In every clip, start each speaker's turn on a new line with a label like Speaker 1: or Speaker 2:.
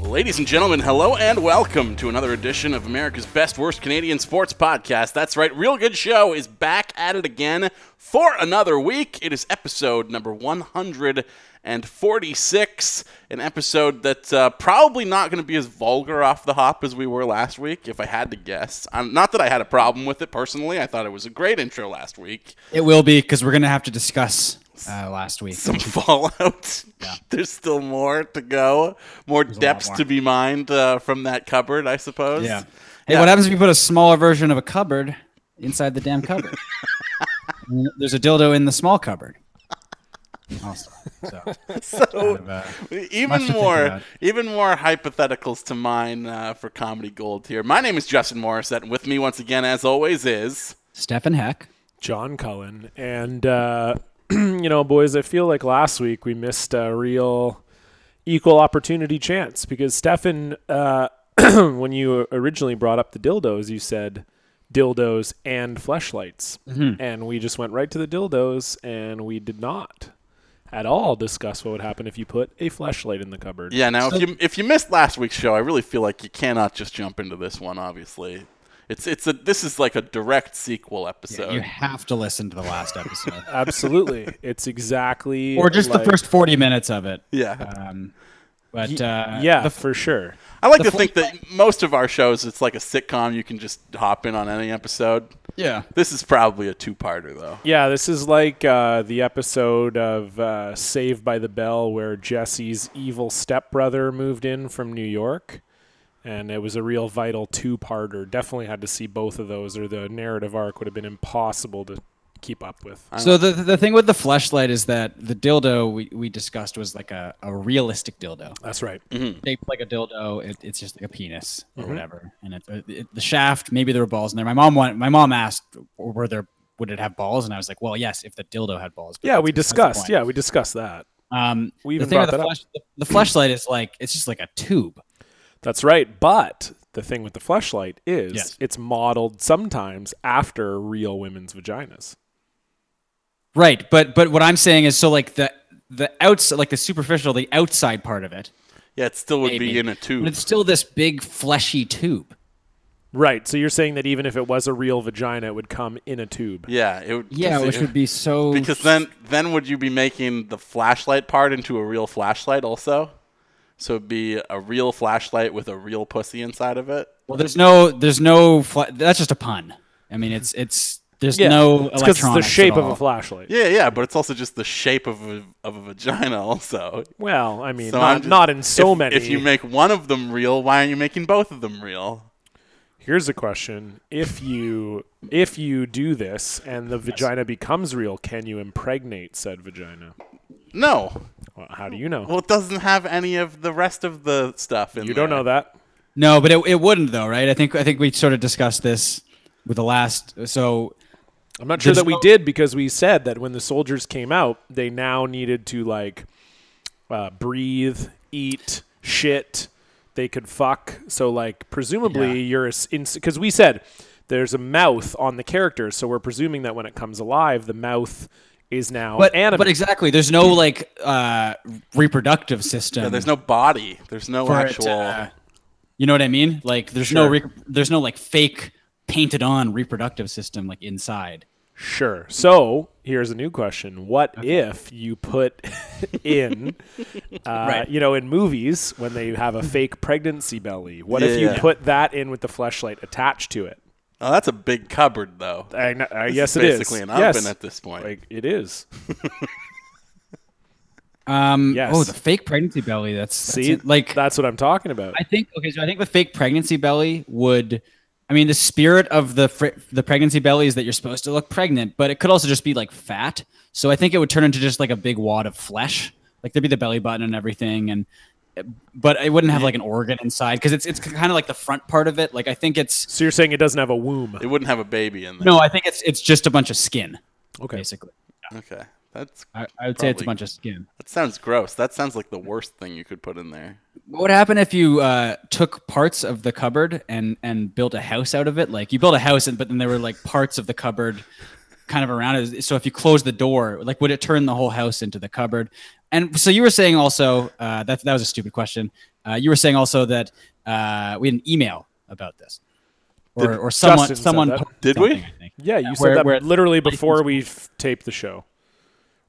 Speaker 1: Ladies and gentlemen, hello and welcome to another edition of America's Best Worst Canadian Sports Podcast. That's right, Real Good Show is back at it again for another week. It is episode number 146, an episode that's uh, probably not going to be as vulgar off the hop as we were last week, if I had to guess. Um, not that I had a problem with it personally, I thought it was a great intro last week.
Speaker 2: It will be because we're going to have to discuss uh, last week.
Speaker 1: some fallout.
Speaker 2: Yeah.
Speaker 1: There's still more to go, more
Speaker 2: a lot
Speaker 1: depths
Speaker 2: more.
Speaker 1: to be mined uh, from that cupboard, I suppose.
Speaker 2: Yeah. Hey, what happens if you put a smaller version of a cupboard inside the damn cupboard? And There's a dildo in the small cupboard. Also, so, kind of, uh, Much
Speaker 1: E-, Even
Speaker 2: to think
Speaker 1: more,
Speaker 2: about.
Speaker 1: even more hypotheticals to mine uh, for comedy gold here. My name is Justin Morissette, and with me once again, as always, is
Speaker 2: Stefan Heck.
Speaker 3: John Cullen. And, uh, you know, boys, I feel like last week we missed a real equal opportunity chance because Stefan, uh, when you originally brought up the dildos, you said dildos and fleshlights.
Speaker 2: Mm-hmm.
Speaker 3: And we just went right to the dildos and we did not at all discuss what would happen if you put a fleshlight in the cupboard.
Speaker 1: yeah. Now, if you if you missed last week's show, I really feel like you cannot just jump into this one. Obviously, it's it's a this is like a direct sequel episode.
Speaker 2: You have to listen to the last episode,
Speaker 3: Absolutely. it's exactly.
Speaker 2: or just
Speaker 3: like-
Speaker 2: the first 40 minutes of it.
Speaker 1: yeah.
Speaker 2: Um, but uh,
Speaker 3: Yeah, for sure.
Speaker 1: I like to think that most of our shows, it's like a sitcom. You can just hop in on any episode.
Speaker 2: yeah.
Speaker 1: This is probably a two-parter, though.
Speaker 3: Yeah, this is like uh, the episode of uh, Saved by the Bell where Jesse's evil stepbrother moved in from New York. And it was a real vital two parter. Definitely had to see both of those, or the narrative arc would have been impossible to keep up with.
Speaker 2: So the the thing with the fleshlight is that the dildo we, we discussed was like a, a realistic dildo.
Speaker 3: That's right.
Speaker 2: shaped like a dildo. It, it's just like a penis
Speaker 3: Mm-hmm.
Speaker 2: or whatever. And it, it, the shaft, maybe there were balls in there. My mom wanted, my mom asked, were there, would it have balls? And I was like, well, yes, if the dildo had balls. but
Speaker 3: Yeah,
Speaker 2: that's
Speaker 3: we
Speaker 2: besides the
Speaker 3: discussed.
Speaker 2: point.
Speaker 3: Yeah, we discussed that.
Speaker 2: Um,
Speaker 3: we
Speaker 2: the
Speaker 3: even
Speaker 2: thing with
Speaker 3: brought
Speaker 2: the,
Speaker 3: that up.
Speaker 2: flesh, the, the fleshlight is like, it's just like a tube.
Speaker 3: That's right. But the thing with the fleshlight is
Speaker 2: Yes.
Speaker 3: it's modeled sometimes after real women's vaginas.
Speaker 2: Right. But, but what I'm saying is, so like the, the outside, like the superficial, the outside part of it,
Speaker 1: Yeah, it still would be
Speaker 2: Maybe.
Speaker 1: in a tube.
Speaker 2: but it's still this big fleshy tube.
Speaker 3: Right. So you're saying that even if it was a real vagina, it would come in a tube.
Speaker 1: Yeah, it would.
Speaker 2: Yeah.
Speaker 1: because
Speaker 2: Which
Speaker 1: it-
Speaker 2: would be so,
Speaker 1: because then then would you be making the flashlight part into a real flashlight also? So it'd be a real flashlight with a real pussy inside of it.
Speaker 2: well, there's no, there's no, fle- that's just a pun. I mean, it's, it's, there's no
Speaker 3: it's 'cause it's the
Speaker 2: electronics at
Speaker 3: shape of
Speaker 2: all.
Speaker 3: a flashlight.
Speaker 1: Yeah, yeah, but it's also just the shape of a, of a vagina also.
Speaker 3: Well, I mean,
Speaker 1: So
Speaker 3: not,
Speaker 1: I'm just-
Speaker 3: not in so
Speaker 1: if-
Speaker 3: many.
Speaker 1: If you make one of them real, why are you making both of them real?
Speaker 3: Here's a question: If you if you do this and the vagina becomes real, can you impregnate said vagina?
Speaker 1: No.
Speaker 3: Well, how do you know?
Speaker 1: Well, it doesn't have any of the rest of the stuff in
Speaker 3: you don't
Speaker 1: there.
Speaker 3: know that.
Speaker 2: No, but it, it wouldn't though, right? I think I think we sort of discussed this with the last. So
Speaker 3: I'm not sure
Speaker 2: There's
Speaker 3: that we
Speaker 2: no-
Speaker 3: did because we said that when the soldiers came out, they now needed to like uh, breathe, eat, shit. They could fuck. So like presumably you're because we said there's a mouth on the character, so we're presuming that when it comes alive, the mouth is now
Speaker 2: but
Speaker 3: animated.
Speaker 2: but exactly, there's no like uh, reproductive system.
Speaker 1: Yeah, there's no body. There's no
Speaker 2: for it
Speaker 1: actual.
Speaker 2: to, uh, you know what I mean? Like there's no
Speaker 3: Sure.
Speaker 2: re- there's no like fake painted on reproductive system like inside.
Speaker 3: Sure. So here's a new question: What if you put in, uh, you know, in movies when they have a fake pregnancy belly? What if you
Speaker 1: Yeah.
Speaker 3: put that in with the fleshlight attached to it?
Speaker 1: oh, that's a big cupboard, though.
Speaker 3: I, kn- I,
Speaker 1: This
Speaker 3: yes,
Speaker 1: is
Speaker 3: it is.
Speaker 1: basically an
Speaker 3: yes.
Speaker 1: oven at this point.
Speaker 3: Like it is.
Speaker 2: Um,
Speaker 3: Yes.
Speaker 2: Oh, the fake pregnancy belly. That's, that's
Speaker 3: See,
Speaker 2: it. like
Speaker 3: that's what I'm talking about.
Speaker 2: I think okay. So I think the fake pregnancy belly would. I mean, the spirit of the fr- the pregnancy belly is that you're supposed to look pregnant, but it could also just be like fat. So I think it would turn into just like a big wad of flesh. Like there'd be the belly button and everything, and but it wouldn't have like an organ inside because it's it's kind of like the front part of it. Like I think it's
Speaker 3: So you're saying it doesn't have a womb?
Speaker 1: It wouldn't have a baby in there.
Speaker 2: no, I think it's it's just a bunch of skin,
Speaker 3: Okay.
Speaker 2: basically.
Speaker 1: Okay. That's
Speaker 2: I, I would say it's a
Speaker 1: Probably.
Speaker 2: bunch of skin.
Speaker 1: that sounds gross. That sounds like the worst thing you could put in there.
Speaker 2: What would happen if you uh, took parts of the cupboard and and built a house out of it? Like you built a house, and but then there were like parts of the cupboard kind of around it. So if you closed the door, like would it turn the whole house into the cupboard? And so you were saying also uh, that that was a stupid question. Uh, you were saying also that uh, we had an email about this, or or someone
Speaker 3: Justin said
Speaker 2: someone
Speaker 3: that.
Speaker 2: posted
Speaker 1: Did we?
Speaker 2: something, I think.
Speaker 3: Yeah, you
Speaker 2: where-
Speaker 3: said that
Speaker 2: where-
Speaker 3: literally before we f- taped the show.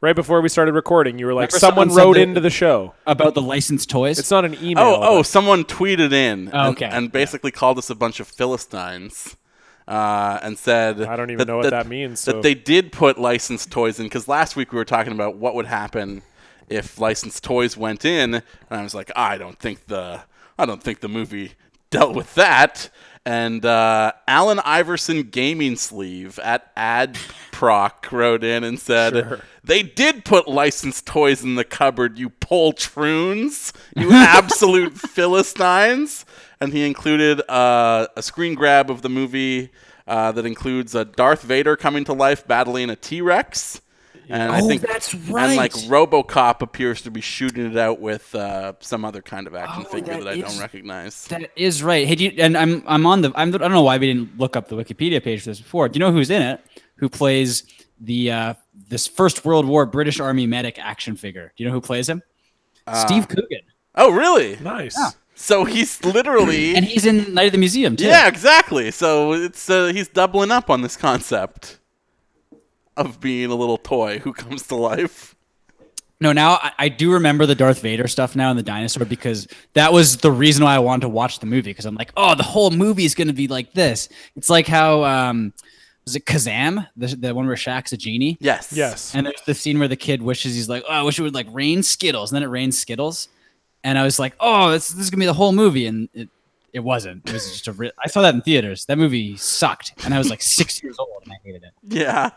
Speaker 3: Right before we started recording, you were like,
Speaker 2: Remember
Speaker 3: someone,
Speaker 2: someone said
Speaker 3: wrote
Speaker 2: that-
Speaker 3: into the show.
Speaker 2: about the licensed toys.
Speaker 3: It's not an email.
Speaker 1: Oh, oh,
Speaker 3: but-
Speaker 1: someone tweeted in
Speaker 2: Oh,
Speaker 1: and-
Speaker 2: okay.
Speaker 1: and, basically called us a bunch of Philistines uh, and said,
Speaker 3: I don't even know what that means, so-
Speaker 1: That they did put licensed toys in because last week we were talking about what would happen if licensed toys went in, and I was like, I don't think the I don't think the movie dealt with that. And uh, Alan Iverson Gaming Sleeve at Ad Proc wrote in and said, They did put licensed toys in the cupboard, you poltroons, you absolute Philistines. And he included uh, a screen grab of the movie uh, that includes a Darth Vader coming to life battling a T Rex. And I
Speaker 2: Oh,
Speaker 1: think
Speaker 2: that's
Speaker 1: And like
Speaker 2: right.
Speaker 1: RoboCop appears to be shooting it out with uh, some other kind of action
Speaker 2: Oh,
Speaker 1: figure that,
Speaker 2: that
Speaker 1: I don't
Speaker 2: is-
Speaker 1: recognize.
Speaker 2: That is right. Hey, do you, and I'm I'm on the I'm I don't know why we didn't look up the Wikipedia page for this before. Do you know who's in it? Who plays the uh, this First World War British Army medic action figure? Do you know who plays him? Steve Coogan,
Speaker 1: oh, really?
Speaker 3: nice.
Speaker 1: So he's literally
Speaker 2: and he's in Night of the Museum too.
Speaker 1: yeah, exactly. So it's uh, he's doubling up on this concept of being a little toy who comes to life.
Speaker 2: No, now I, I do remember the Darth Vader stuff now and the dinosaur because that was the reason why I wanted to watch the movie because I'm like, oh, the whole movie is going to be like this. It's like how um, was it Kazam, the, the one where Shaq's a genie?
Speaker 1: Yes.
Speaker 3: Yes.
Speaker 2: And there's the scene where the kid wishes he's like, oh, I wish it would like rain Skittles, and then it rains Skittles, and I was like, oh, this, this is gonna be the whole movie, and it it wasn't. It was just a. Re- I saw that in theaters. That movie sucked, and I was like six years old, and I hated it.
Speaker 1: Yeah.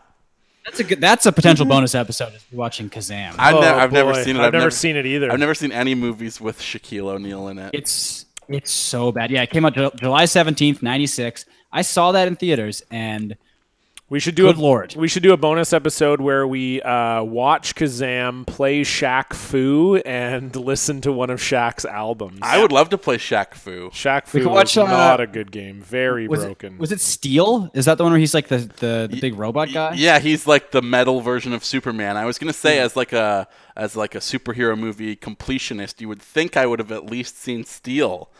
Speaker 2: That's a good. That's a potential bonus episode is watching Kazam.
Speaker 1: I've,
Speaker 3: Oh,
Speaker 1: ne- I've never
Speaker 3: boy.
Speaker 1: seen it.
Speaker 3: I've, never seen it either.
Speaker 1: I've never seen any movies with Shaquille O'Neal in it.
Speaker 2: it's it's so bad. Yeah, it came out Ju- July seventeenth, ninety six. I saw that in theaters, and
Speaker 3: we should do
Speaker 2: Good
Speaker 3: a
Speaker 2: Lord.
Speaker 3: We should do a bonus episode where we uh, watch Kazam play Shaq Fu and listen to one of Shaq's albums.
Speaker 1: I would love to play Shaq Fu.
Speaker 3: Shaq Fu
Speaker 2: could
Speaker 3: was
Speaker 2: watch, uh,
Speaker 3: not a good game. Very
Speaker 2: was
Speaker 3: broken.
Speaker 2: it, was it Steel? Is that the one where he's like the the, the big robot guy?
Speaker 1: Yeah, he's like the metal version of Superman. I was gonna say as like a as like a superhero movie completionist, you would think I would have at least seen Steel,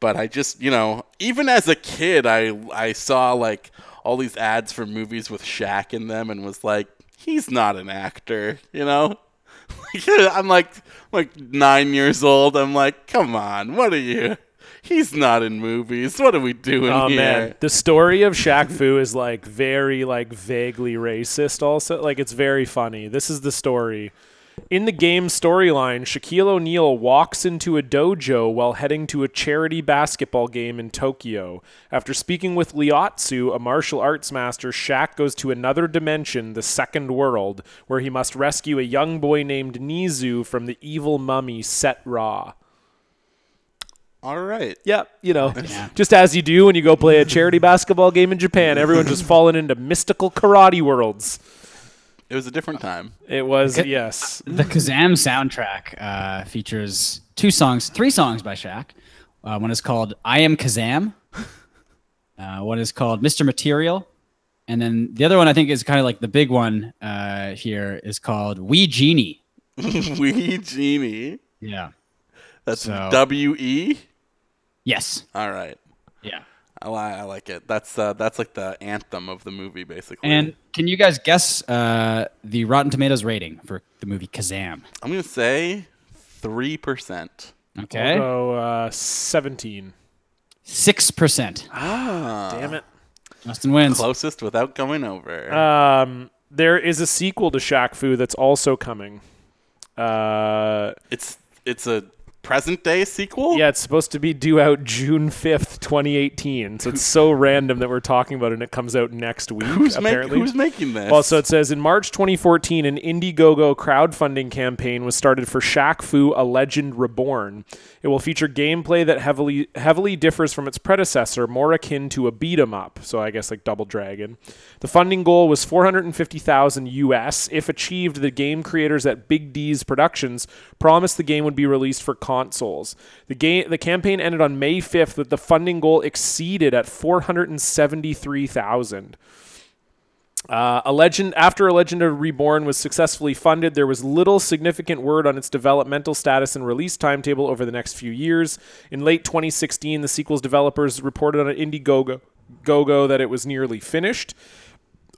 Speaker 1: but I just you know even as a kid, I I saw like all these ads for movies with Shaq in them and was like, he's not an actor, you know. I'm like like nine years old. I'm like, come on, what are you? He's not in movies. What are we doing
Speaker 3: Oh
Speaker 1: here?
Speaker 3: man, the story of Shaq Fu is like very like vaguely racist. Also, like it's very funny. This is the story. In the game storyline, Shaquille O'Neal walks into a dojo while heading to a charity basketball game in Tokyo. After speaking with Liatsu, a martial arts master, Shaq goes to another dimension, the second world, where he must rescue a young boy named Nizu from the evil mummy Set Ra.
Speaker 1: All right.
Speaker 3: Yeah, you know, just as you do when you go play a charity basketball game in Japan, everyone's just fallen into mystical karate worlds.
Speaker 1: It was a different time.
Speaker 3: It was yes,
Speaker 2: The Kazam soundtrack uh, features two songs, three songs by Shaq. Uh, one is called "I Am Kazam." Uh, one is called "Mr. Material," and then the other one I think is kind of like the big one uh, here is called "We Genie."
Speaker 1: Wee Genie.
Speaker 2: Yeah.
Speaker 1: That's
Speaker 2: So-
Speaker 1: W E.
Speaker 2: Yes.
Speaker 1: All right,
Speaker 2: Yeah.
Speaker 1: I, li- I like it. That's uh, that's like the anthem of the movie, basically.
Speaker 2: And can you guys guess uh, the Rotten Tomatoes rating for the movie Kazam?
Speaker 1: I'm gonna say three percent.
Speaker 2: Okay,
Speaker 3: so uh, seventeen.
Speaker 2: six percent.
Speaker 3: Damn it.
Speaker 2: Justin wins.
Speaker 1: Closest without going over.
Speaker 3: Um, there is a sequel to Shaq Fu that's also coming. Uh,
Speaker 1: it's it's a present day sequel?
Speaker 3: Yeah, it's supposed to be due out June 5th, 2018. So it's so random that we're talking about it and it comes out next week,
Speaker 1: Who's, make,
Speaker 3: apparently.
Speaker 1: who's making this?
Speaker 3: well, so it says in March 2014, an Indiegogo crowdfunding campaign was started for Shaq Fu: A Legend Reborn. It will feature gameplay that heavily heavily differs from its predecessor, more akin to a beat 'em up. So I guess like Double Dragon. The funding goal was 450,000 US. If achieved, the game creators at Big D's Productions promised the game would be released for consoles. The game the campaign ended on May 5th with the funding goal exceeded at 473,000. Uh, a legend after a legend of reborn was successfully funded there was little significant word on its developmental status and release timetable over the next few years in late 2016 the sequel's developers reported on indiegogo Gogo that it was nearly finished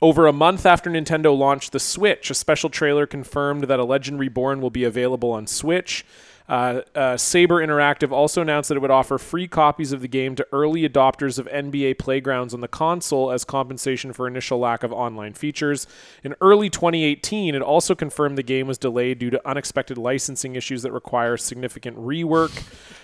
Speaker 3: over a month after Nintendo launched the Switch, a special trailer confirmed that A Legend Reborn will be available on Switch. Uh, uh, Saber Interactive also announced that it would offer free copies of the game to early adopters of NBA Playgrounds on the console as compensation for initial lack of online features. In early 2018, it also confirmed the game was delayed due to unexpected licensing issues that require significant rework.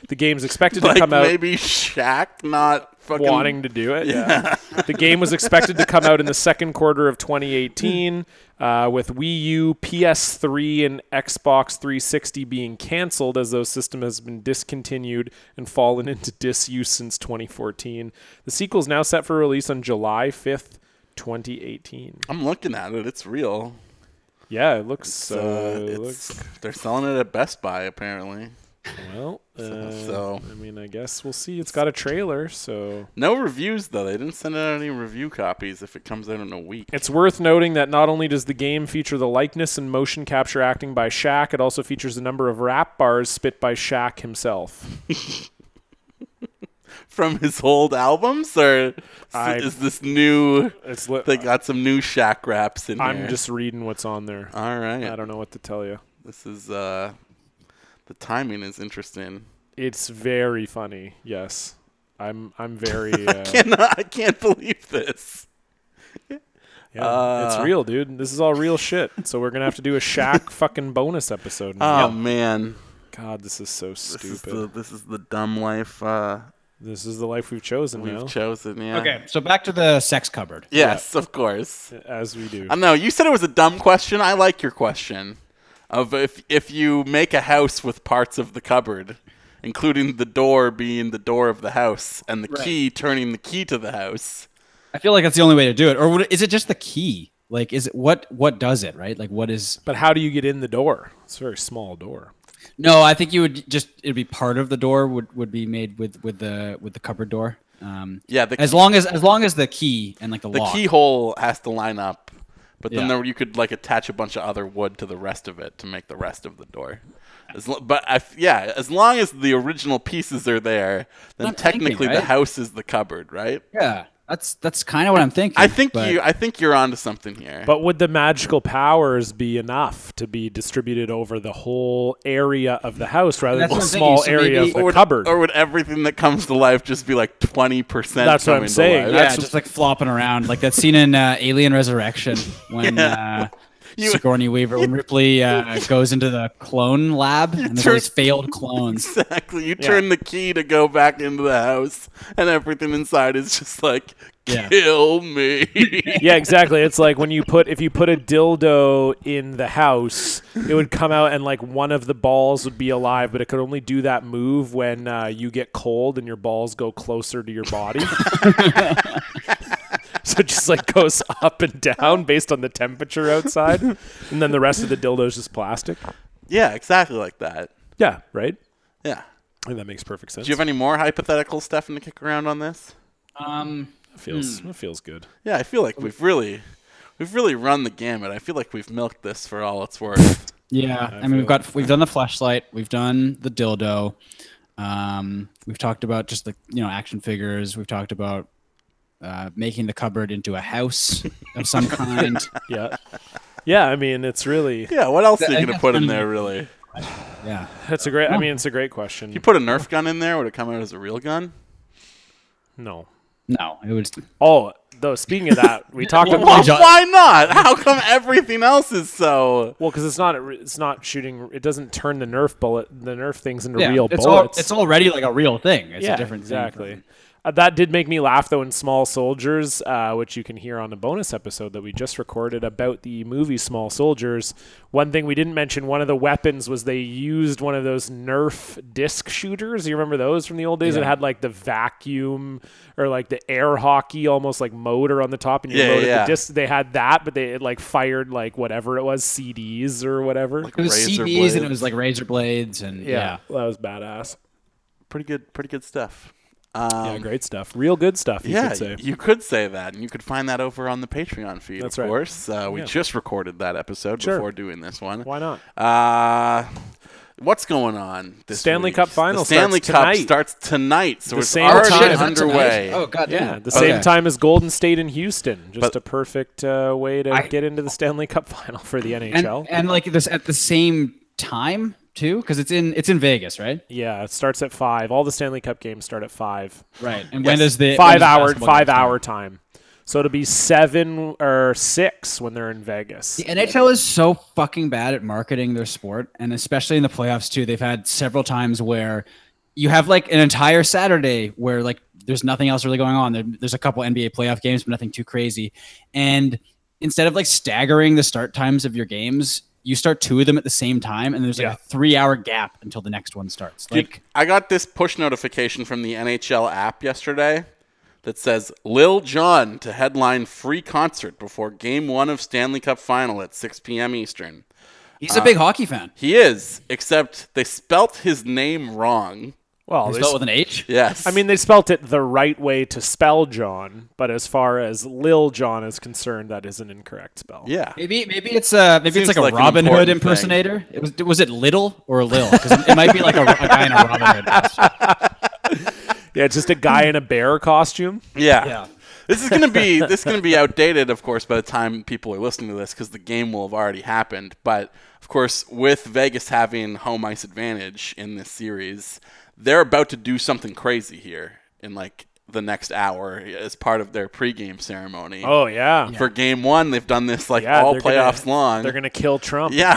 Speaker 3: The game's expected to
Speaker 1: like
Speaker 3: come out
Speaker 1: maybe Shaq not fucking
Speaker 3: wanting to do it. Yeah. the game was expected to come out in the second quarter of 2018, uh, with Wii U, PS3, and Xbox 360 being canceled as those systems has been discontinued and fallen into disuse since 2014. The sequel is now set for release on July 5th. 2018.
Speaker 1: I'm looking at it. It's real.
Speaker 3: Yeah, it looks.
Speaker 1: So
Speaker 3: Uh, it
Speaker 1: it's, they're selling it at Best Buy apparently.
Speaker 3: looks well. Uh,
Speaker 1: so-
Speaker 3: I mean, I guess we'll see. It's got a trailer, so
Speaker 1: No reviews though. They didn't send out any review copies. If it comes out in a week,
Speaker 3: It's worth noting that not only does the game feature the likeness and motion capture acting by Shaq, it also features a number of rap bars spit by Shaq himself.
Speaker 1: from his old albums, or s-
Speaker 3: I-
Speaker 1: is this new?
Speaker 3: It's li-
Speaker 1: They got some new Shaq raps in
Speaker 3: I'm
Speaker 1: here.
Speaker 3: just reading what's on there.
Speaker 1: all right.
Speaker 3: I don't know what to tell you.
Speaker 1: This is uh, the timing is interesting.
Speaker 3: It's very funny. Yes. I'm I'm very uh,
Speaker 1: Cannot, I can't believe this.
Speaker 3: yeah,
Speaker 1: uh,
Speaker 3: it's real, dude. This is all real shit. So we're going to have to do a Shaq fucking bonus episode. now.
Speaker 1: Oh man,
Speaker 3: God, this is so
Speaker 1: this
Speaker 3: stupid.
Speaker 1: is the this is the dumb life uh,
Speaker 3: the life we've chosen
Speaker 1: we've
Speaker 3: now
Speaker 1: chosen. Yeah.
Speaker 2: Okay, so back to the sex cupboard.
Speaker 1: Yes, of course.
Speaker 3: as we do.
Speaker 1: I know you said it was a dumb question. I like your question of if if you make a house with parts of the cupboard, including the door being the door of the house and the key turning the key to the house.
Speaker 2: I feel like that's the only way to do it. Or would, is it just the key? Like, is it what what does it right? Like, what is?
Speaker 3: but how do you get in the door? It's a very small door.
Speaker 2: No, I think you would just it'd be part of the door would would be made with with the with the cupboard door. Um,
Speaker 1: Yeah, the
Speaker 2: as long as as long as the key and like the,
Speaker 1: The
Speaker 2: lock.
Speaker 1: keyhole has to line up, but then
Speaker 2: Yeah.
Speaker 1: there, you could like attach a bunch of other wood to the rest of it to make the rest of the door. As lo- but I f yeah, as long as the original pieces are there, then
Speaker 2: That's what I'm thinking,
Speaker 1: technically the
Speaker 2: right?
Speaker 1: house is the cupboard, right?
Speaker 2: Yeah, that's that's kind of what I'm thinking.
Speaker 1: I think
Speaker 2: but-
Speaker 1: you I think you're onto something here.
Speaker 3: But would the magical powers be enough to be distributed over the whole area of the house rather
Speaker 2: That's
Speaker 3: than a
Speaker 2: what I'm thinking,
Speaker 3: small
Speaker 2: so
Speaker 3: area
Speaker 2: maybe-
Speaker 3: of the
Speaker 2: Or
Speaker 1: would,
Speaker 3: cupboard?
Speaker 1: Or would everything that comes to life just be like 20%
Speaker 3: That's what
Speaker 1: coming
Speaker 3: I'm
Speaker 1: to
Speaker 3: saying.
Speaker 1: life?
Speaker 2: Yeah,
Speaker 3: That's-
Speaker 2: just like flopping around, like that scene in uh, Alien Resurrection when uh,
Speaker 1: You-
Speaker 2: Sigourney Weaver, when Ripley uh, goes into the clone lab and there's all these
Speaker 1: turn-
Speaker 2: failed clones.
Speaker 1: Exactly. You turn the key to go back into the house, and everything inside is just like,
Speaker 2: Yeah.
Speaker 1: kill me.
Speaker 3: yeah, exactly. It's like when you put if you put a dildo in the house, it would come out and like one of the balls would be alive, but it could only do that move when uh, you get cold and your balls go closer to your body. so it just like goes up and down based on the temperature outside, and then the rest of the dildo is just plastic.
Speaker 1: yeah, exactly like that.
Speaker 3: Yeah, right.
Speaker 1: Yeah.
Speaker 3: I think that makes perfect sense.
Speaker 1: Do you have any more hypothetical stuff to kick around on this?
Speaker 2: Um,
Speaker 3: It feels it feels good.
Speaker 1: Yeah, I feel like
Speaker 3: Um,
Speaker 1: we've really, we've really run the gamut. I feel like we've milked this for all it's worth.
Speaker 2: yeah, I, mean we've got we've done the flashlight, we've done the dildo, um, we've talked about just the you know action figures, we've talked about uh, making the cupboard into a house of some kind.
Speaker 3: Yeah. Yeah, I mean it's really
Speaker 1: yeah. What else are
Speaker 2: I
Speaker 1: you gonna
Speaker 2: guess
Speaker 1: put in
Speaker 2: I'm-
Speaker 1: there? Really?
Speaker 2: Yeah,
Speaker 3: that's a great I mean it's a great question.
Speaker 1: You put a Nerf gun in there? Would it come out as a real gun?
Speaker 3: No.
Speaker 2: No, it was.
Speaker 3: Oh, though speaking of that, we talked about
Speaker 1: Well,
Speaker 3: well
Speaker 2: John-
Speaker 1: why not? How come everything else is so?
Speaker 3: because it's not it's not shooting. It doesn't turn the Nerf bullet the Nerf things into
Speaker 2: Yeah,
Speaker 3: real
Speaker 2: it's, al-
Speaker 3: bullets.
Speaker 2: it's already like a real thing. It's
Speaker 3: yeah,
Speaker 2: a different thing
Speaker 3: exactly.
Speaker 2: from-
Speaker 3: Uh, that did make me laugh though in Small Soldiers, uh, which you can hear on the bonus episode that we just recorded about the movie Small Soldiers. One thing we didn't mention, one of the weapons was they used one of those Nerf disc shooters. You remember those from the old days? It
Speaker 2: Yeah.
Speaker 3: had like the vacuum or like the air hockey, almost like motor on the top, and you
Speaker 1: Yeah,
Speaker 3: loaded
Speaker 1: yeah.
Speaker 3: the disc. They had that, but they it like fired like whatever it was, CDs or whatever.
Speaker 2: It was
Speaker 1: Razor
Speaker 2: CDs
Speaker 1: blades.
Speaker 2: and it was like razor blades and yeah.
Speaker 3: that was badass.
Speaker 1: Pretty good, pretty good stuff. Um,
Speaker 3: Yeah, great stuff. Real good stuff. You
Speaker 1: yeah,
Speaker 3: could say.
Speaker 1: you could say that, and you could find that over on the Patreon feed.
Speaker 3: That's
Speaker 1: of
Speaker 3: right.
Speaker 1: course, uh, we just recorded that episode
Speaker 3: Sure.
Speaker 1: before doing this one.
Speaker 3: Why not?
Speaker 1: Uh, what's going on? This
Speaker 3: Stanley
Speaker 1: week?
Speaker 3: Cup final
Speaker 1: The Stanley
Speaker 3: starts
Speaker 1: Cup
Speaker 3: tonight.
Speaker 1: starts tonight, so
Speaker 3: The
Speaker 1: it's
Speaker 3: same
Speaker 1: already
Speaker 3: time. Is that
Speaker 1: underway.
Speaker 2: Oh god,
Speaker 3: Yeah,
Speaker 2: damn.
Speaker 3: the
Speaker 2: Okay.
Speaker 3: same time as Golden State and Houston. Just
Speaker 1: But-
Speaker 3: a perfect uh, way to
Speaker 2: I-
Speaker 3: get into the Stanley Cup final for the
Speaker 2: And,
Speaker 3: NHL.
Speaker 2: and like this at the same time too, because it's in it's in Vegas, right?
Speaker 3: yeah, it starts at five. All the Stanley Cup games start at five.
Speaker 2: Right. And when does the when does
Speaker 3: Five
Speaker 2: the
Speaker 3: hour,
Speaker 2: basketball
Speaker 3: five
Speaker 2: game start?
Speaker 3: hour time. So it'll be seven or six when they're in Vegas.
Speaker 2: The NHL is so fucking bad at marketing their sport, and especially in the playoffs too. They've had several times where you have like an entire Saturday where like there's nothing else really going on. There, there's a couple NBA playoff games, but nothing too crazy. And instead of like staggering the start times of your games, you start two of them at the same time, and there's like
Speaker 3: Yeah.
Speaker 2: a three hour gap until the next one starts.
Speaker 1: Dude,
Speaker 2: Like,
Speaker 1: I got this push notification from the NHL app yesterday that says Lil Jon to headline free concert before Game One of Stanley Cup Final at 6 p.m. Eastern.
Speaker 2: he's a big hockey fan.
Speaker 1: He is, except they spelt his name wrong.
Speaker 3: Well,
Speaker 2: He's
Speaker 3: they
Speaker 2: spelled
Speaker 3: s-
Speaker 2: with an H.
Speaker 1: Yes,
Speaker 3: I mean, they spelt it the right way to spell John, but as far as Lil John is concerned, that is an incorrect spell.
Speaker 1: yeah.
Speaker 2: Maybe maybe it's uh maybe
Speaker 1: Seems
Speaker 2: it's like
Speaker 1: like
Speaker 2: a
Speaker 1: an
Speaker 2: Robin
Speaker 1: important
Speaker 2: Hood
Speaker 1: thing.
Speaker 2: impersonator. It was was it Little or Lil? 'Cause it might be like a, a guy in a Robin Hood. costume.
Speaker 3: Yeah, it's just a guy in a bear costume.
Speaker 1: Yeah.
Speaker 2: Yeah.
Speaker 1: This is gonna be this is gonna be outdated, of course, by the time people are listening to this because the game will have already happened. But of course, with Vegas having home ice advantage in this series, they're about to do something crazy here in like the next hour as part of their pregame ceremony.
Speaker 3: Oh, yeah.
Speaker 1: For game one, they've done this like
Speaker 3: Yeah,
Speaker 1: all
Speaker 3: they're
Speaker 1: playoffs
Speaker 3: gonna,
Speaker 1: long.
Speaker 3: They're going to kill Trump.
Speaker 1: Yeah,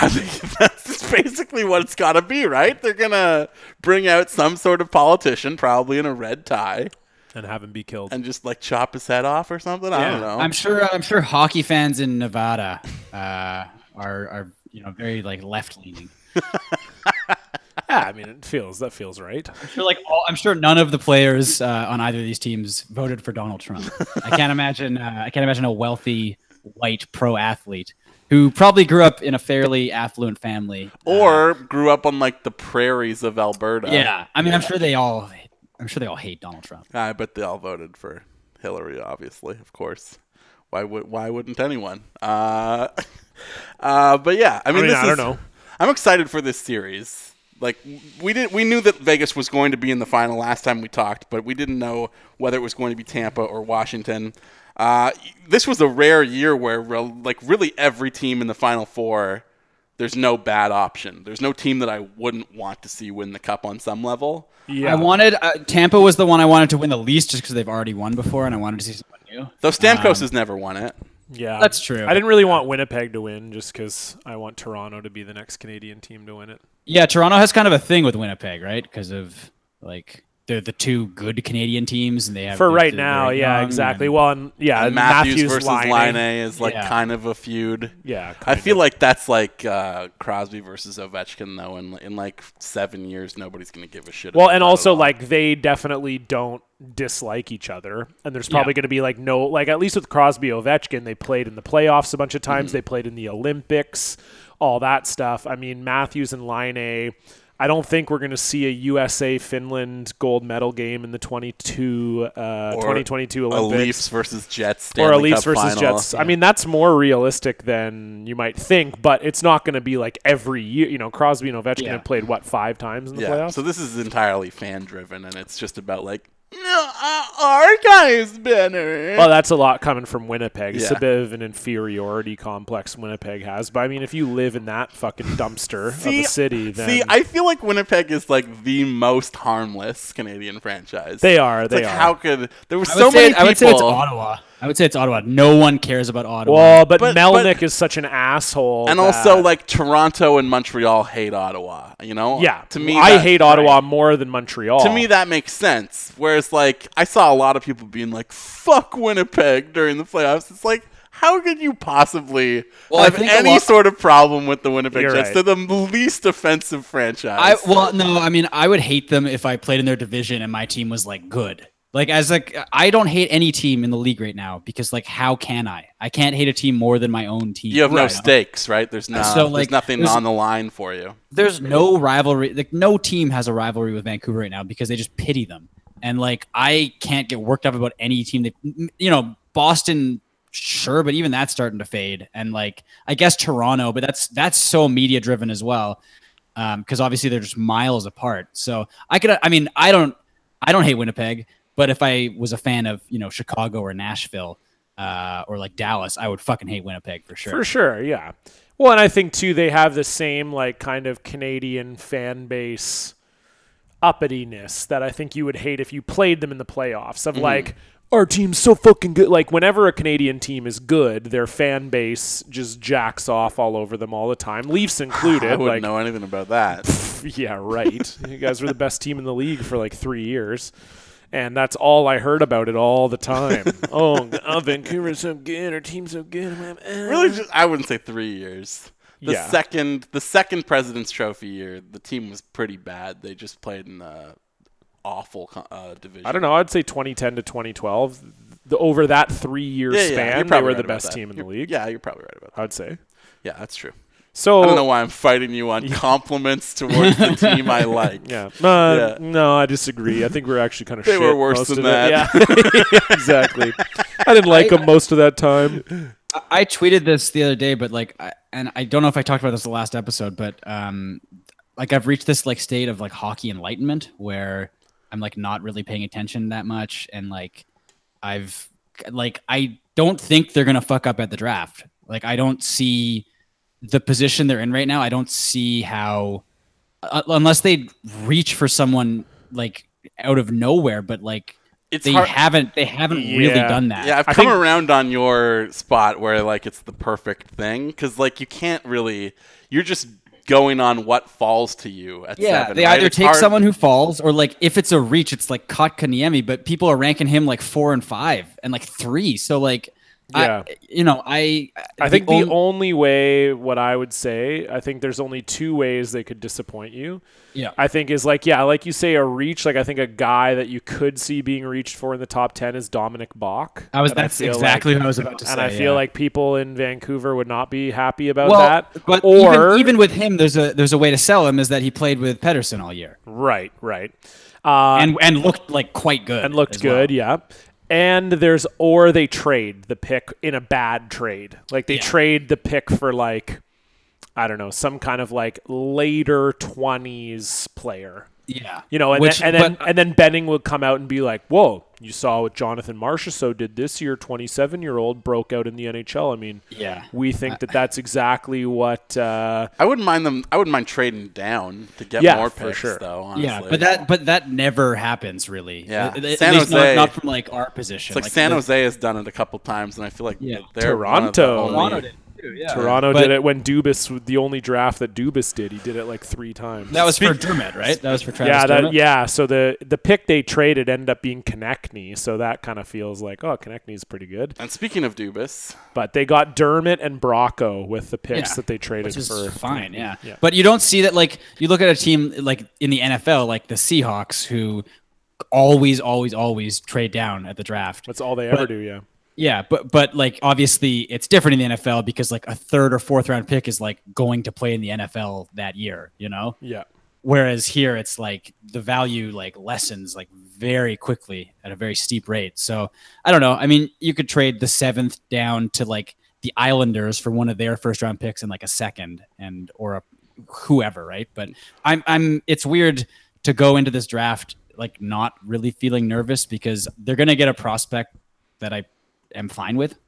Speaker 1: that's basically what it's got to be, right? They're gonna bring out some sort of politician, probably in a red tie,
Speaker 3: and have him be killed.
Speaker 1: and just like chop his head off or something. I don't
Speaker 3: Yeah,
Speaker 1: know.
Speaker 2: I'm sure uh, I'm sure hockey fans in Nevada uh, are are you know very like left leaning.
Speaker 3: yeah, Ah, I mean, it feels that feels right.
Speaker 2: I'm sure like all, I'm sure none of the players uh, on either of these teams voted for Donald Trump. I can't imagine uh, I can't imagine a wealthy white pro athlete who probably grew up in a fairly affluent family.
Speaker 1: or uh, grew up on like the prairies of Alberta.
Speaker 2: Uh, Yeah, I mean I'm sure they all I'm sure they all hate Donald Trump.
Speaker 1: I bet they all voted for Hillary, obviously, of course. Why would why wouldn't anyone? Uh, uh, but yeah, I mean,
Speaker 3: mean,
Speaker 1: this
Speaker 3: I don't
Speaker 1: is-
Speaker 3: know.
Speaker 1: I'm excited for this series. Like we did, we knew that Vegas was going to be in the final last time we talked, but we didn't know whether it was going to be Tampa or Washington. Uh, this was a rare year where, re- like, really every team in the Final Four, there's no bad option. There's no team that I wouldn't want to see win the cup on some level.
Speaker 3: Yeah,
Speaker 2: I wanted uh, Tampa was the one I wanted to win the least just because they've already won before, and I wanted to see someone new.
Speaker 1: Though Stamkos
Speaker 3: Um,
Speaker 1: has never won it.
Speaker 3: yeah,
Speaker 2: That's true.
Speaker 3: I didn't really want Winnipeg to win just because I want Toronto to be the next Canadian team to win it.
Speaker 2: Yeah, Toronto has kind of a thing with Winnipeg, right? Because of like they're the two good Canadian teams, and they have
Speaker 3: For
Speaker 2: they're
Speaker 3: right
Speaker 2: very
Speaker 3: now, yeah,
Speaker 2: young,
Speaker 3: exactly.
Speaker 2: and-
Speaker 3: Well, and,
Speaker 2: Uh,
Speaker 3: yeah,
Speaker 1: And Matthews, versus
Speaker 3: Laine.
Speaker 1: Line A is like
Speaker 2: Yeah.
Speaker 1: kind of a feud.
Speaker 3: Yeah,
Speaker 1: I
Speaker 3: kind
Speaker 1: feel
Speaker 3: of.
Speaker 1: like that's like uh, Crosby versus Ovechkin though, and in like seven years, nobody's gonna give a shit.
Speaker 3: Well,
Speaker 1: about
Speaker 3: and
Speaker 1: that at
Speaker 3: also
Speaker 1: all.
Speaker 3: like they definitely don't dislike each other, and there's probably
Speaker 2: Yeah.
Speaker 3: going to be like no, like at least with Crosby, Ovechkin, they played in the playoffs a bunch of
Speaker 1: Mm-hmm.
Speaker 3: times. They played in the Olympics, all that stuff. I mean, Matthews and Line A. I don't think we're going to see a USA Finland gold medal game in the 22 uh,
Speaker 1: Or
Speaker 3: 2022
Speaker 1: a
Speaker 3: Olympics.
Speaker 1: Leafs versus Jets,
Speaker 3: or
Speaker 1: Stanley
Speaker 3: a Leafs
Speaker 1: Cup
Speaker 3: versus
Speaker 1: final.
Speaker 3: Jets. I mean, that's more realistic than you might think, but it's not going to be like every year. You know, Crosby and Ovechkin
Speaker 2: Yeah.
Speaker 3: have played what five times in the
Speaker 1: yeah.
Speaker 3: playoffs.
Speaker 1: So this is entirely fan driven, and it's just about like No, uh, our guy is better.
Speaker 3: Well, Oh, that's a lot coming from Winnipeg. It's
Speaker 1: Yeah.
Speaker 3: a bit of an inferiority complex Winnipeg has. But I mean, if you live in that fucking dumpster of a city, then
Speaker 1: see, I feel like Winnipeg is like the most harmless Canadian franchise.
Speaker 3: they are.
Speaker 1: It's
Speaker 3: They
Speaker 1: like,
Speaker 3: are.
Speaker 1: How could there were
Speaker 2: I
Speaker 1: so
Speaker 2: would say
Speaker 1: many
Speaker 2: it- I
Speaker 1: people?
Speaker 2: would say it's Ottawa. I would say it's Ottawa. No one cares about Ottawa.
Speaker 3: well, but,
Speaker 1: But-
Speaker 3: Melnick
Speaker 1: but-
Speaker 3: is such an asshole.
Speaker 1: and also
Speaker 3: that-
Speaker 1: like Toronto and Montreal hate Ottawa. You know,
Speaker 3: yeah,
Speaker 1: To me,
Speaker 3: I
Speaker 1: that-
Speaker 3: hate Ottawa more than Montreal.
Speaker 1: To me, that makes sense. Whereas, like, I saw a lot of people being like, "Fuck Winnipeg" during the playoffs. It's like, how could you possibly
Speaker 2: Well, I
Speaker 1: have
Speaker 2: think a
Speaker 1: any
Speaker 2: lot-
Speaker 1: sort of problem with the Winnipeg
Speaker 3: You're
Speaker 1: Jets?
Speaker 3: right.
Speaker 1: They're the least offensive
Speaker 2: I
Speaker 1: franchise.
Speaker 2: well, no, I mean, I would hate them if I played in their division and my team was like good. Like as like I don't hate any team in the league right now because like how can I? I can't hate a team more than my own team.
Speaker 1: you have no
Speaker 2: Right.
Speaker 1: stakes, right? There's no,
Speaker 2: So,
Speaker 1: there's
Speaker 2: like,
Speaker 1: nothing
Speaker 2: there's-
Speaker 1: on the line for you.
Speaker 2: There's no rivalry. Like no team has a rivalry with Vancouver right now because they just pity them. And like I can't get worked up about any team that you know Boston sure but even that's starting to fade and like i guess toronto but that's that's so media driven as well because obviously they're just miles apart. So I could, I mean, I don't, I don't hate Winnipeg, but if I was a fan of you know Chicago or Nashville uh, or like Dallas, I would fucking hate Winnipeg for sure.
Speaker 3: For sure, yeah. Well, and I think too they have the same like kind of Canadian fan base uppityness that I think you would hate if you played them in the playoffs
Speaker 1: Mm-hmm.
Speaker 3: of like our team's so fucking good. Like whenever a Canadian team is good, their fan base just jacks off all over them all the time, Leafs
Speaker 1: I
Speaker 3: included.
Speaker 1: wouldn't
Speaker 3: like
Speaker 1: know anything about that.
Speaker 3: yeah, right. you guys were the best team in the league for like three years. And that's all I heard about it all the time. oh, oh, Vancouver's so good. Our team's so good.
Speaker 1: really, just, I wouldn't say three years. The
Speaker 3: Yeah.
Speaker 1: second, the second President's Trophy year, the team was pretty bad. They just played in the awful co- uh, division.
Speaker 3: I don't know. I'd say 2010 to 2012. The, over that three year
Speaker 1: Yeah, yeah,
Speaker 3: span,
Speaker 1: you're
Speaker 3: they
Speaker 1: probably
Speaker 3: were
Speaker 1: right
Speaker 3: the
Speaker 1: about
Speaker 3: best
Speaker 1: that.
Speaker 3: team in
Speaker 1: You're-
Speaker 3: the league.
Speaker 1: Yeah, you're probably right about that.
Speaker 3: I'd say.
Speaker 1: Yeah, that's true.
Speaker 3: So
Speaker 1: I don't know why I'm fighting you on compliments towards the team I like.
Speaker 3: Yeah.
Speaker 1: Yeah.
Speaker 3: Uh, No, I disagree. I think we're actually kind of
Speaker 1: They
Speaker 3: shit
Speaker 1: were worse
Speaker 3: most
Speaker 1: than
Speaker 3: of
Speaker 1: that.
Speaker 3: It. Yeah. exactly. I didn't like them most of that time.
Speaker 2: I tweeted this the other day, but like, I, and I don't know if I talked about this the last episode, but um, like I've reached this like state of like hockey enlightenment where I'm like not really paying attention that much, and like I've like I don't think they're gonna fuck up at the draft. Like I don't see the position they're in right now. I don't see how uh, unless they reach for someone like out of nowhere, but like
Speaker 1: It's
Speaker 2: they
Speaker 1: hard.
Speaker 2: haven't they haven't really
Speaker 3: Yeah.
Speaker 2: done that.
Speaker 1: yeah, I've
Speaker 3: I
Speaker 1: come
Speaker 3: think-
Speaker 1: around on your spot where like it's the perfect thing because like you can't really. You're just going on what falls to you at
Speaker 2: Yeah,
Speaker 1: seven.
Speaker 2: they
Speaker 1: right?
Speaker 2: either
Speaker 1: It's
Speaker 2: take
Speaker 1: hard-
Speaker 2: someone who falls, or like if it's a reach, it's like Kotkaniemi, but people are ranking him like four and five and like three. So like,
Speaker 3: Yeah.
Speaker 2: I, you know, I
Speaker 3: I think the
Speaker 2: on-
Speaker 3: only way, what I would say, I think there's only two ways they could disappoint you.
Speaker 2: yeah,
Speaker 3: I think is like yeah, like you say a reach. Like I think a guy that you could see being reached for in the top ten is Dominic Bach.
Speaker 2: I was
Speaker 3: And I
Speaker 2: that's
Speaker 3: feel
Speaker 2: exactly
Speaker 3: like-
Speaker 2: what I was about to say.
Speaker 3: and I feel
Speaker 2: yeah.
Speaker 3: like people in Vancouver would not be happy about
Speaker 2: well,
Speaker 3: that.
Speaker 2: but
Speaker 3: or
Speaker 2: even, even with him, there's a there's a way to sell him is that he played with Pedersen all year
Speaker 3: right, right, uh, and,
Speaker 2: and and looked like quite good
Speaker 3: looked
Speaker 2: as well.
Speaker 3: good, yeah. And there's or they trade the pick in a bad trade, like they
Speaker 2: Yeah.
Speaker 3: trade the pick for like I don't know some kind of like later twenties player.
Speaker 2: Yeah,
Speaker 3: You know, and
Speaker 2: Which-
Speaker 3: then, and then
Speaker 2: but- uh,
Speaker 3: and then Benning would come out and be like, "Whoa, you saw what Jonathan Marchessault did this year? Twenty-seven-year-old broke out in the NHL. I mean,
Speaker 2: Yeah.
Speaker 3: we think that that's exactly what. Uh,
Speaker 1: I wouldn't mind them. I wouldn't mind trading down to get
Speaker 3: Yeah,
Speaker 1: more
Speaker 3: for
Speaker 1: picks,
Speaker 3: sure.
Speaker 1: though. Honestly.
Speaker 2: yeah, but that but that never happens really.
Speaker 1: Yeah.
Speaker 2: At- at
Speaker 1: San
Speaker 2: least not-
Speaker 1: Jose-
Speaker 2: not, from like our position.
Speaker 1: It's like, San
Speaker 2: the-
Speaker 1: Jose has done it a couple times, and I feel like
Speaker 2: Yeah.
Speaker 1: they're one of the
Speaker 3: Toronto.
Speaker 1: only-
Speaker 2: Toronto did too. Yeah,
Speaker 3: Toronto
Speaker 2: Uh, But-
Speaker 3: did it when Dubas, the only draft that Dubas did, he did it like three times.
Speaker 2: That was for Dermot, right? That was for Travis
Speaker 3: yeah,
Speaker 2: Dermott?
Speaker 3: that, yeah. So the the pick they traded ended up being Konechny, so that kind of feels like oh, Konechny's pretty good.
Speaker 1: And speaking of Dubas,
Speaker 3: But they got Dermot and Bracco with the picks
Speaker 2: Yeah.
Speaker 3: that they traded
Speaker 2: which is
Speaker 3: for.
Speaker 2: fine, yeah.
Speaker 3: Yeah.
Speaker 2: But you don't see that like you look at a team like in the NFL, like the Seahawks, who always, always, always trade down at the draft.
Speaker 3: That's all they ever do. Yeah,
Speaker 2: Yeah, but but like obviously it's different in the NFL because like a third or fourth round pick is like going to play in the NFL that year, you know?
Speaker 3: yeah.
Speaker 2: Whereas here it's like the value like lessens like very quickly at a very steep rate. So I don't know. I mean, you could trade the seventh down to like the Islanders for one of their first round picks in like a second and or a whoever, right? But I'm I'm it's weird to go into this draft like not really feeling nervous because they're gonna get a prospect that I am fine with.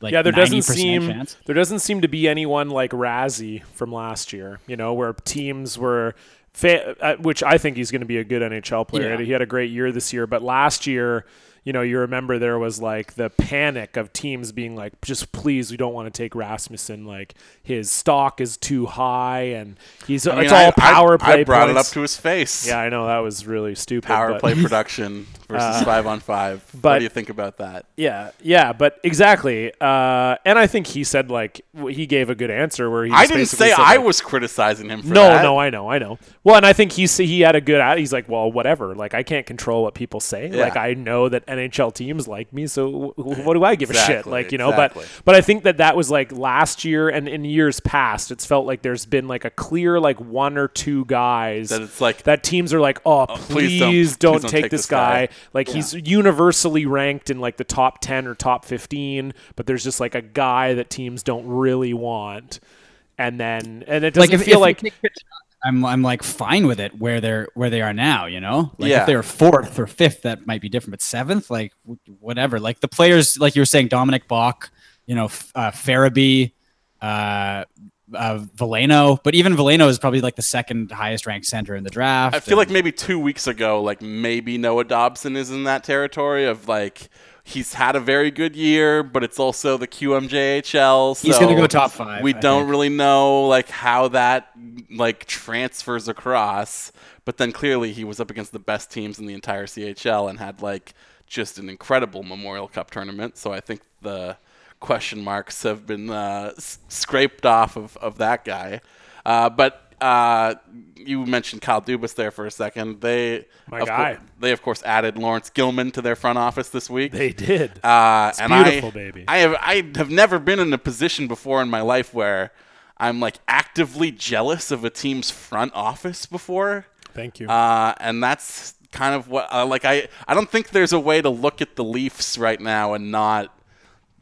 Speaker 2: Like
Speaker 3: yeah, there doesn't
Speaker 2: 90%
Speaker 3: seem
Speaker 2: chance.
Speaker 3: there doesn't seem to be anyone like Razzie from last year. You know, where teams were, fa- uh, which I think he's going to be a good NHL player.
Speaker 2: Yeah.
Speaker 3: He had a great year this year, but last year, you know, you remember there was like the panic of teams being like, just please, we don't want to take Rasmussen. Like his stock is too high, and he's
Speaker 1: I mean,
Speaker 3: it's
Speaker 1: I-
Speaker 3: all power
Speaker 1: I,
Speaker 3: play.
Speaker 1: I brought
Speaker 3: points.
Speaker 1: it up to his face.
Speaker 3: yeah, I know that was really stupid.
Speaker 1: Power
Speaker 3: but- Uh,
Speaker 1: play production versus five on five. what
Speaker 3: but-
Speaker 1: do you think about that?
Speaker 3: Yeah, yeah, but exactly. Uh, and I think he said like w- he gave a good answer where he.
Speaker 1: I
Speaker 3: just
Speaker 1: didn't
Speaker 3: basically
Speaker 1: say
Speaker 3: said,
Speaker 1: I
Speaker 3: like,
Speaker 1: was criticizing him for
Speaker 3: No,
Speaker 1: that.
Speaker 3: no, I know, I know. Well, and I think he s- he had a good. ad- He's like, well, whatever. Like I can't control what people say.
Speaker 1: Yeah.
Speaker 3: Like I know that NHL teams like me, so w- w- what do I give a shit?
Speaker 1: Exactly,
Speaker 3: Like you know,
Speaker 1: exactly.
Speaker 3: but but I think that that was like last year and in years past, it's felt like there's been like a clear like one or two guys
Speaker 1: That it's like-
Speaker 3: that teams are like, oh,
Speaker 1: please
Speaker 3: please,
Speaker 1: don't-
Speaker 3: don't,
Speaker 1: please don't
Speaker 3: take, this guy.
Speaker 1: guy.
Speaker 3: Like he's universally ranked in like the top ten or top fifteen, but there's just like a guy that teams don't really want. And then, and it doesn't
Speaker 2: Like if,
Speaker 3: feel
Speaker 2: if
Speaker 3: like
Speaker 2: like I'm I'm like fine with it where they're where they are now. You know, like
Speaker 1: Yeah.
Speaker 2: if they're fourth or fifth, that might be different. But seventh, like w- whatever. Like the players, like you were saying, Dominic Bach, you know, F- uh, Farabee, uh, uh, Valeno. But even Valeno is probably like the second highest ranked center in the draft.
Speaker 1: I feel
Speaker 2: and-
Speaker 1: like maybe two weeks ago, like maybe Noah Dobson is in that territory of like he's had a very good year, but it's also the QMJHL. So
Speaker 2: He's gonna go top five,
Speaker 1: We
Speaker 2: I
Speaker 1: don't
Speaker 2: think.
Speaker 1: really know like how that like transfers across. But then clearly he was up against the best teams in the entire CHL and had like just an incredible Memorial Cup tournament. So I think the question marks have been uh, s- scraped off of, of that guy. Uh, but uh, you mentioned Kyle Dubas there for a second. They
Speaker 3: My
Speaker 1: of cour-
Speaker 3: guy.
Speaker 1: they of course added Lawrence Gilman to their front office this week.
Speaker 3: They did.
Speaker 1: Uh, and
Speaker 3: beautiful,
Speaker 1: I,
Speaker 3: baby.
Speaker 1: I have I have never been in a position before in my life where I'm like actively jealous of a team's front office before.
Speaker 3: Thank you.
Speaker 1: Uh, and that's kind of what uh, like I I don't think there's a way to look at the Leafs right now and not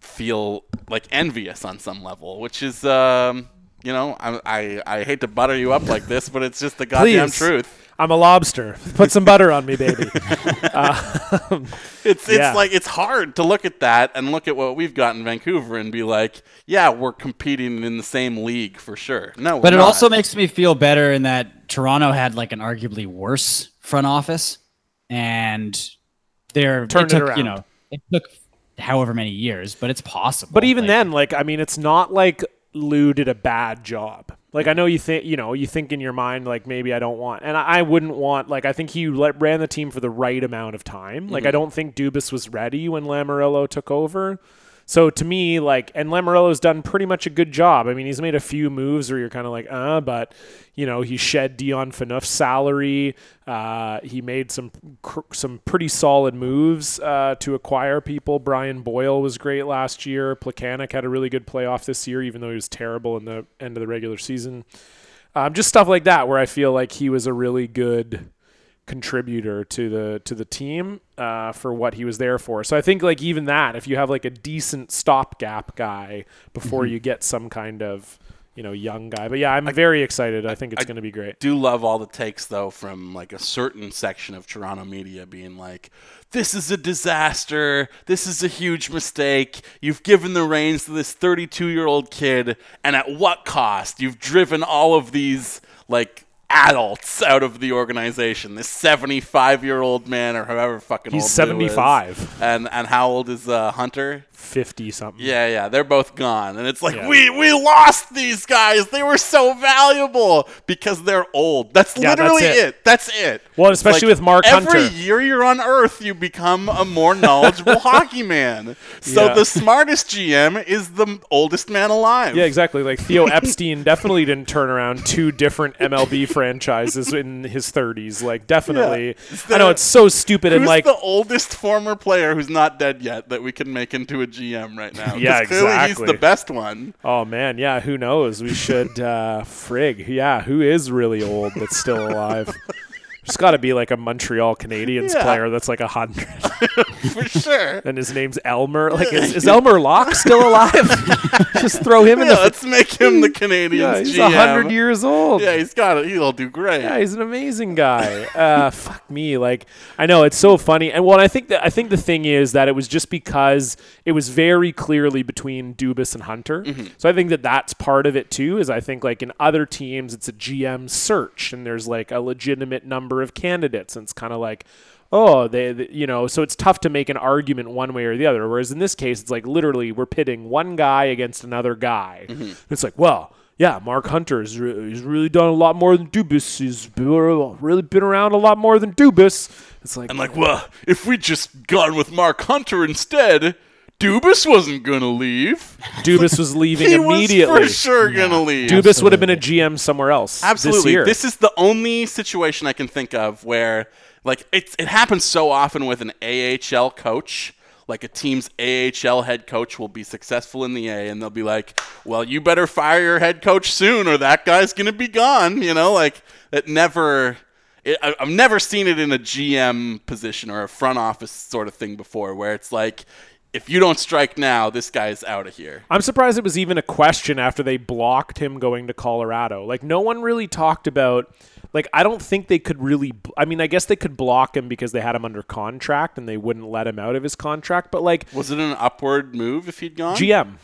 Speaker 1: feel like envious on some level, which is um, you know I, I I hate to butter you up like this, but it's just the goddamn
Speaker 3: Please.
Speaker 1: truth.
Speaker 3: I'm a lobster. Put some butter on me, baby.
Speaker 1: It's it's
Speaker 3: Yeah.
Speaker 1: like it's hard to look at that and look at what we've got in Vancouver and be like, yeah, we're competing in the same league for sure. No,
Speaker 2: But
Speaker 1: we're
Speaker 2: it
Speaker 1: not.
Speaker 2: also makes me feel better in that Toronto had like an arguably worse front office, and they're
Speaker 3: Turned it
Speaker 2: took, You
Speaker 3: around.
Speaker 2: know, it took however many years, but it's possible.
Speaker 3: but even
Speaker 2: Like,
Speaker 3: then, like, I mean, it's not like Lou did a bad job. Like, I know you think, you know, you think in your mind, like, maybe I don't want, and I, I wouldn't want, like, I think he let, ran the team for the right amount of time. Like, I don't think Dubas was ready when Lamarillo took over. So to me, like, and Lamarillo's done pretty much a good job. I mean, he's made a few moves where you're kind of like, uh, but you know, he shed Dion Phaneuf's salary. Uh, he made some cr- some pretty solid moves uh, to acquire people. Brian Boyle was great last year. Placanic had a really good playoff this year, even though he was terrible in the end of the regular season. Um, just stuff like that, where I feel like he was a really good contributor to the to the team uh, for what he was there for. So I think like even that, if you have like a decent stopgap guy before
Speaker 1: Mm-hmm.
Speaker 3: you get some kind of you know young guy. But yeah, I'm very excited. I think it's going to be great.
Speaker 1: do love all the takes though from like a certain section of Toronto media being like, "This is a disaster. This is a huge mistake. You've given the reins to this 32-year-old kid, and at what cost? You've driven all of these like." Adults out of the organization. This seventy-five-year-old man, or however fucking
Speaker 3: He's
Speaker 1: old Lou is.
Speaker 3: 75.
Speaker 1: and and how old is uh, Hunter?
Speaker 3: Fifty something.
Speaker 1: Yeah, yeah, they're both gone, and it's like
Speaker 3: Yeah.
Speaker 1: we we lost these guys. They were so valuable because they're old. That's
Speaker 3: Yeah, that's
Speaker 1: literally
Speaker 3: it.
Speaker 1: it. That's it.
Speaker 3: Well,
Speaker 1: It's
Speaker 3: especially with Mark
Speaker 1: every
Speaker 3: Hunter.
Speaker 1: year you're on Earth, you become a more knowledgeable hockey man. So
Speaker 3: Yeah.
Speaker 1: the smartest GM is the m- oldest man alive.
Speaker 3: Yeah, exactly. Like Theo Epstein definitely didn't turn around two different MLB franchises in his 30s. Like definitely. I know
Speaker 1: the-
Speaker 3: it's so stupid and
Speaker 1: Who's
Speaker 3: like
Speaker 1: the oldest former player who's not dead yet that we can make into a GM right now? 'Cause
Speaker 3: Yeah,
Speaker 1: clearly
Speaker 3: exactly.
Speaker 1: He's the best one.
Speaker 3: oh man, yeah, who knows? We should uh frig. Yeah, who is really old that's still alive? There's got to be like a Montreal Canadiens
Speaker 1: Yeah.
Speaker 3: player that's like a 100.
Speaker 1: for sure.
Speaker 3: and his name's Elmer. Like, is, is Elmer Locke still alive? Just throw him in
Speaker 1: Yeah,
Speaker 3: the.
Speaker 1: let's make him the Canadians
Speaker 3: Yeah,
Speaker 1: GM.
Speaker 3: he's hundred years old.
Speaker 1: Yeah, he's got it. He'll do great.
Speaker 3: Yeah, he's an amazing guy. Uh, fuck me, like I know it's so funny. And well, I think that I think the thing is that it was just because it was very clearly between Dubas and Hunter. So I think that that's part of it too. Is I think like in other teams, it's a GM search, and there's like a legitimate number of candidates, and it's kind of like. Oh, they, they, you know, so it's tough to make an argument one way or the other. Whereas in this case, it's like literally we're pitting one guy against another guy. It's like, well, yeah, Mark Hunter has re- he's really done a lot more than Dubis. He's be- really been around a lot more than Dubis. It's like,
Speaker 1: And like, well, if we just gone with Mark Hunter instead, Dubas wasn't gonna leave.
Speaker 3: Dubis was leaving
Speaker 1: He
Speaker 3: immediately.
Speaker 1: was for sure gonna leave.
Speaker 3: Dubis would have been a GM somewhere else. This,
Speaker 1: Absolutely.
Speaker 3: year.
Speaker 1: This, is the only situation I can think of where, like, it, it happens so often with an AHL coach. Like, a team's AHL head coach will be successful in the A, and they'll be like, well, you better fire your head coach soon, or that guy's going to be gone. You know, like, it never. It, I, I've never seen it in a GM position or a front office sort of thing before, where it's like, if you don't strike now, this guy's out of here.
Speaker 3: I'm surprised it was even a question after they blocked him going to Colorado. Like no one really talked about like I don't think they could really I mean I guess they could block him because they had him under contract and they wouldn't let him out of his contract, but like
Speaker 1: Was it an upward move if he'd gone?
Speaker 3: GM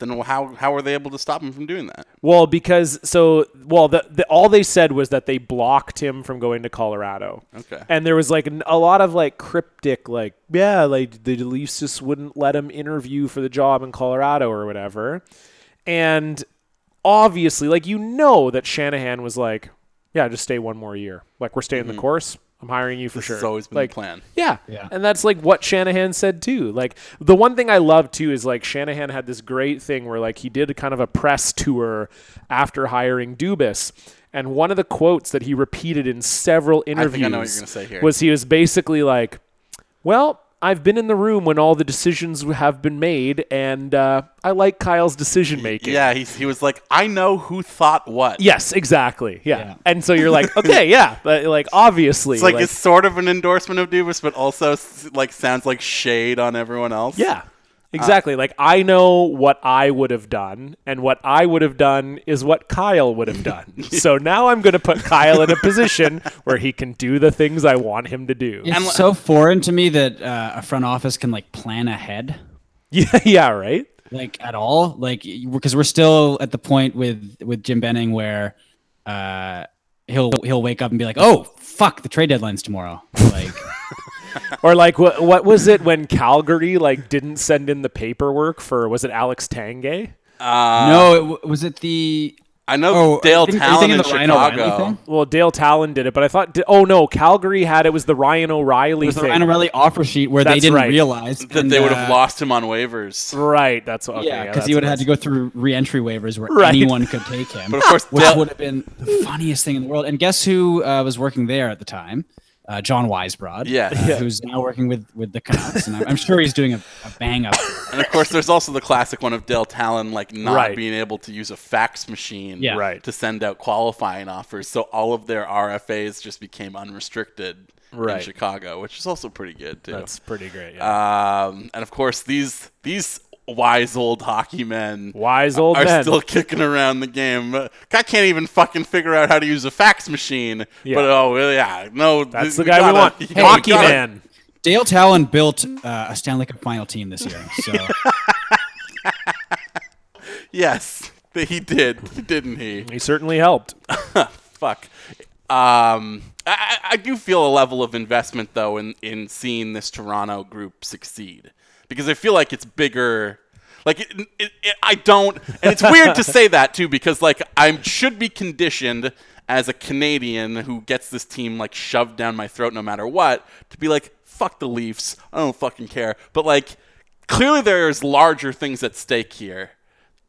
Speaker 1: Then how how were they able to stop him from doing that?
Speaker 3: Well, because so well, the, the all they said was that they blocked him from going to Colorado.
Speaker 1: Okay.
Speaker 3: And there was like n- a lot of like cryptic, like yeah, like the Leafs just wouldn't let him interview for the job in Colorado or whatever. And obviously, like you know that Shanahan was like, yeah, just stay one more year. Like we're staying the course. I'm hiring you for
Speaker 1: This
Speaker 3: sure.
Speaker 1: has always been
Speaker 3: like,
Speaker 1: the plan.
Speaker 3: yeah. And that's like what Shanahan said too. Like the one thing I love too is like Shanahan had this great thing where like he did a kind of a press tour after hiring Dubas. And one of the quotes that he repeated in several
Speaker 1: I know
Speaker 3: interviews
Speaker 1: what you're gonna say here.
Speaker 3: was he was basically like, Well, I've been in the room when all the decisions have been made, and uh, I like Kyle's decision making.
Speaker 1: Yeah, he, he was like, I know who thought what.
Speaker 3: Yes, exactly. Yeah.
Speaker 2: Yeah.
Speaker 3: And so you're like, okay, yeah, but like obviously,
Speaker 1: It's like, it's sort of an endorsement of Dubas, but also s- like sounds like shade on everyone else.
Speaker 3: Yeah. Exactly. like I know what I would have done, and what I would have done is what Kyle would have done. so now I'm going to put Kyle in a position where he can do the things I want him to do. Yeah,
Speaker 2: It's so foreign to me that uh, a front office can like plan ahead,
Speaker 3: yeah, right.
Speaker 2: like at all, like because we're still at the point with with Jim Benning where uh, he'll he'll wake up and be like, "Oh fuck, the trade deadline's tomorrow." Like,
Speaker 3: Or like what what was it when Calgary like didn't send in the paperwork for was it Alex Tangay? Uh,
Speaker 2: no, it, w- was it the
Speaker 1: I know
Speaker 2: oh
Speaker 1: Dale
Speaker 2: I think- are you
Speaker 1: Talon
Speaker 2: thinking
Speaker 1: in
Speaker 2: of the Ryan O'Reilly
Speaker 1: Chicago.
Speaker 2: thing?
Speaker 3: Well, Dale Talon did it, but I thought oh no, Calgary had it was the Ryan O'Reilly
Speaker 2: It was the
Speaker 3: thing.
Speaker 2: Ryan O'Reilly offer sheet where they
Speaker 3: That's
Speaker 2: didn't
Speaker 3: right.
Speaker 2: realize
Speaker 1: That
Speaker 2: and,
Speaker 1: they would have
Speaker 2: uh,
Speaker 1: lost him on waivers.
Speaker 3: right, that's okay.
Speaker 2: Yeah, because
Speaker 3: that's
Speaker 2: he would
Speaker 3: what
Speaker 2: have had to go through re-entry waivers where
Speaker 3: Right.
Speaker 2: anyone could take him.
Speaker 1: But of course,
Speaker 2: which
Speaker 1: Dale-
Speaker 2: would have been the funniest thing in the world. And guess who uh, was working there at the time? Uh, John Weisbrod,
Speaker 1: Yeah.
Speaker 2: uh, who's now working with with the Canucks, and I'm, I'm sure he's doing a, a bang up.
Speaker 1: And of course, there's also the classic one of Dale Talon like not
Speaker 3: Right.
Speaker 1: being able to use a fax machine
Speaker 2: Yeah.
Speaker 3: Right.
Speaker 1: to send out qualifying offers. So all of their RFAs just became unrestricted in
Speaker 3: Right.
Speaker 1: Chicago, which is also pretty good, too.
Speaker 3: That's pretty great. Yeah.
Speaker 1: Um, and of course, these these wise old hockey men
Speaker 3: Wise old
Speaker 1: are
Speaker 3: men.
Speaker 1: still kicking around the game. Uh, I can't even fucking figure out how to use a fax machine.
Speaker 3: Yeah.
Speaker 1: But oh well, yeah, no,
Speaker 3: That's the guy we want.
Speaker 1: Hey,
Speaker 3: Hockey man.
Speaker 2: Dale Talon built uh, a Stanley Cup final team this year, so
Speaker 1: Yes, th- he did, didn't he?
Speaker 3: He certainly helped.
Speaker 1: Fuck. Um, I- I, I do feel a level of investment though in in seeing this Toronto group succeed because I feel like it's bigger. Like it, it, it, I don't, and it's weird to say that too because like I should be conditioned as a Canadian who gets this team like shoved down my throat no matter what to be like fuck the Leafs, I don't fucking care. But like clearly there's larger things at stake here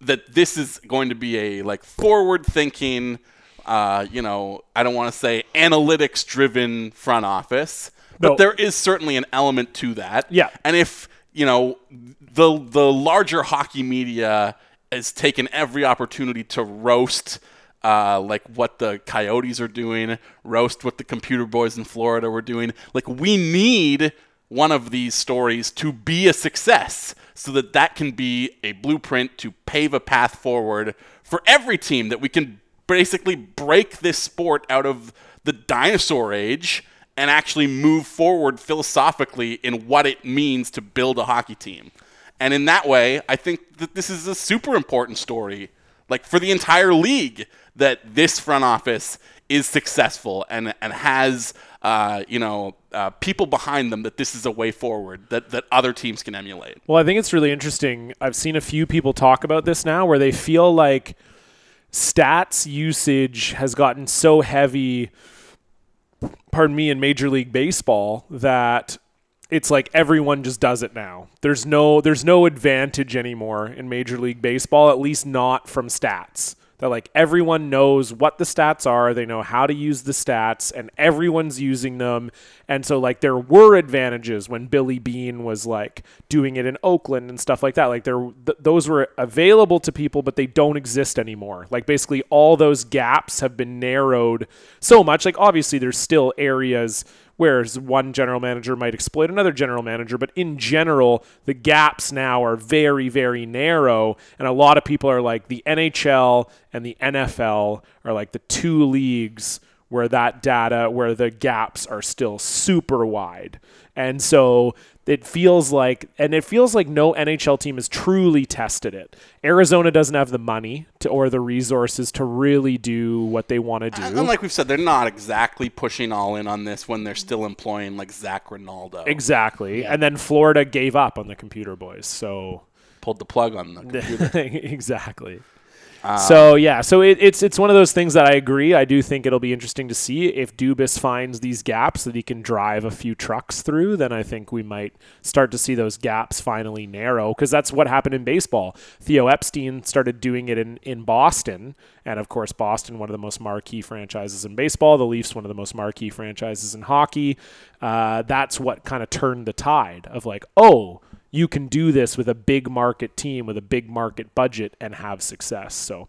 Speaker 1: that this is going to be a like forward thinking uh, you know i don't want to say analytics driven front office but
Speaker 3: No.
Speaker 1: there is certainly an element to that
Speaker 3: Yeah.
Speaker 1: and if you know the the larger hockey media has taken every opportunity to roast uh, like what the coyotes are doing roast what the computer boys in florida were doing like we need one of these stories to be a success so that that can be a blueprint to pave a path forward for every team that we can basically break this sport out of the dinosaur age and actually move forward philosophically in what it means to build a hockey team. And in that way, I think that this is a super important story, like for the entire league, that this front office is successful and, and has, uh, you know, uh, people behind them that this is a way forward that, that other teams can emulate.
Speaker 3: Well, I think it's really interesting. I've seen a few people talk about this now where they feel like stats usage has gotten so heavy, pardon me, in Major League Baseball that it's like everyone just does it now. There's no there's no advantage anymore in Major League Baseball, at least not from stats. That like everyone knows what the stats are, they know how to use the stats, and everyone's using them. And so like there were advantages when Billy Bean was like doing it in Oakland and stuff like that. Like there th- those were available to people, but they don't exist anymore. Like basically all those gaps have been narrowed so much. Like obviously there's still areas whereas one general manager might exploit another general manager. But in general, the gaps now are very, very narrow. And a lot of people are like, the NHL and the NFL are like the two leagues where that data, where the gaps are still super wide. And so it feels like, and it feels like no NHL team has truly tested it. Arizona doesn't have the money to, or the resources to really do what they want to do.
Speaker 1: And like we've said, they're not exactly pushing all in on this when they're still employing like Zach Ronaldo.
Speaker 3: Exactly. And then Florida gave up on the computer boys. So
Speaker 1: Pulled the plug on the
Speaker 3: exactly. so yeah, so it, it's it's one of those things that I agree. I do think it'll be interesting to see if Dubis finds these gaps that he can drive a few trucks through. Then I think we might start to see those gaps finally narrow because that's what happened in baseball. Theo Epstein started doing it in in Boston, and of course Boston, one of the most marquee franchises in baseball. The Leafs, one of the most marquee franchises in hockey. Uh, that's what kind of turned the tide of like, oh, you can do this with a big market team with a big market budget and have success. So,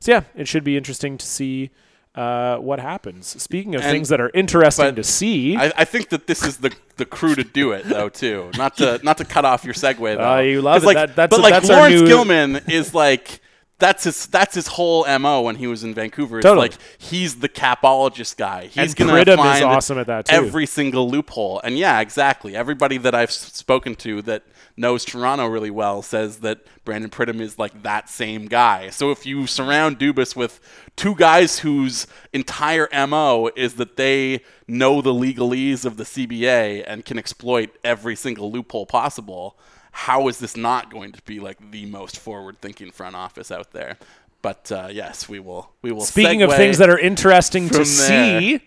Speaker 3: so yeah, it should be interesting to see uh, what happens. Speaking of
Speaker 1: And-
Speaker 3: things that are interesting
Speaker 1: but
Speaker 3: to see,
Speaker 1: I, I think that this is the the crew to do it though too. Not to not to cut off your segue though.
Speaker 3: Oh, you love
Speaker 1: 'Cause,
Speaker 3: it.
Speaker 1: Like,
Speaker 3: That- that's-
Speaker 1: but like
Speaker 3: that's our
Speaker 1: Lawrence
Speaker 3: new-
Speaker 1: Gilman is like that's his that's his whole mo when he was in Vancouver. It's
Speaker 3: Totally.
Speaker 1: like he's the capologist guy. He's
Speaker 3: And
Speaker 1: gonna
Speaker 3: Pridham is
Speaker 1: find
Speaker 3: awesome at that, too.
Speaker 1: Every single loophole. And yeah, exactly. Everybody that I've s- spoken to that knows Toronto really well says that Brandon Pridham is like that same guy. So if you surround Dubas with two guys whose entire MO is that they know the legalese of the CBA and can exploit every single loophole possible, how is this not going to be like the most forward-thinking front office out there? But uh, yes, we will. We will.
Speaker 3: speaking of
Speaker 1: segue
Speaker 3: things that are interesting to
Speaker 1: from
Speaker 3: see,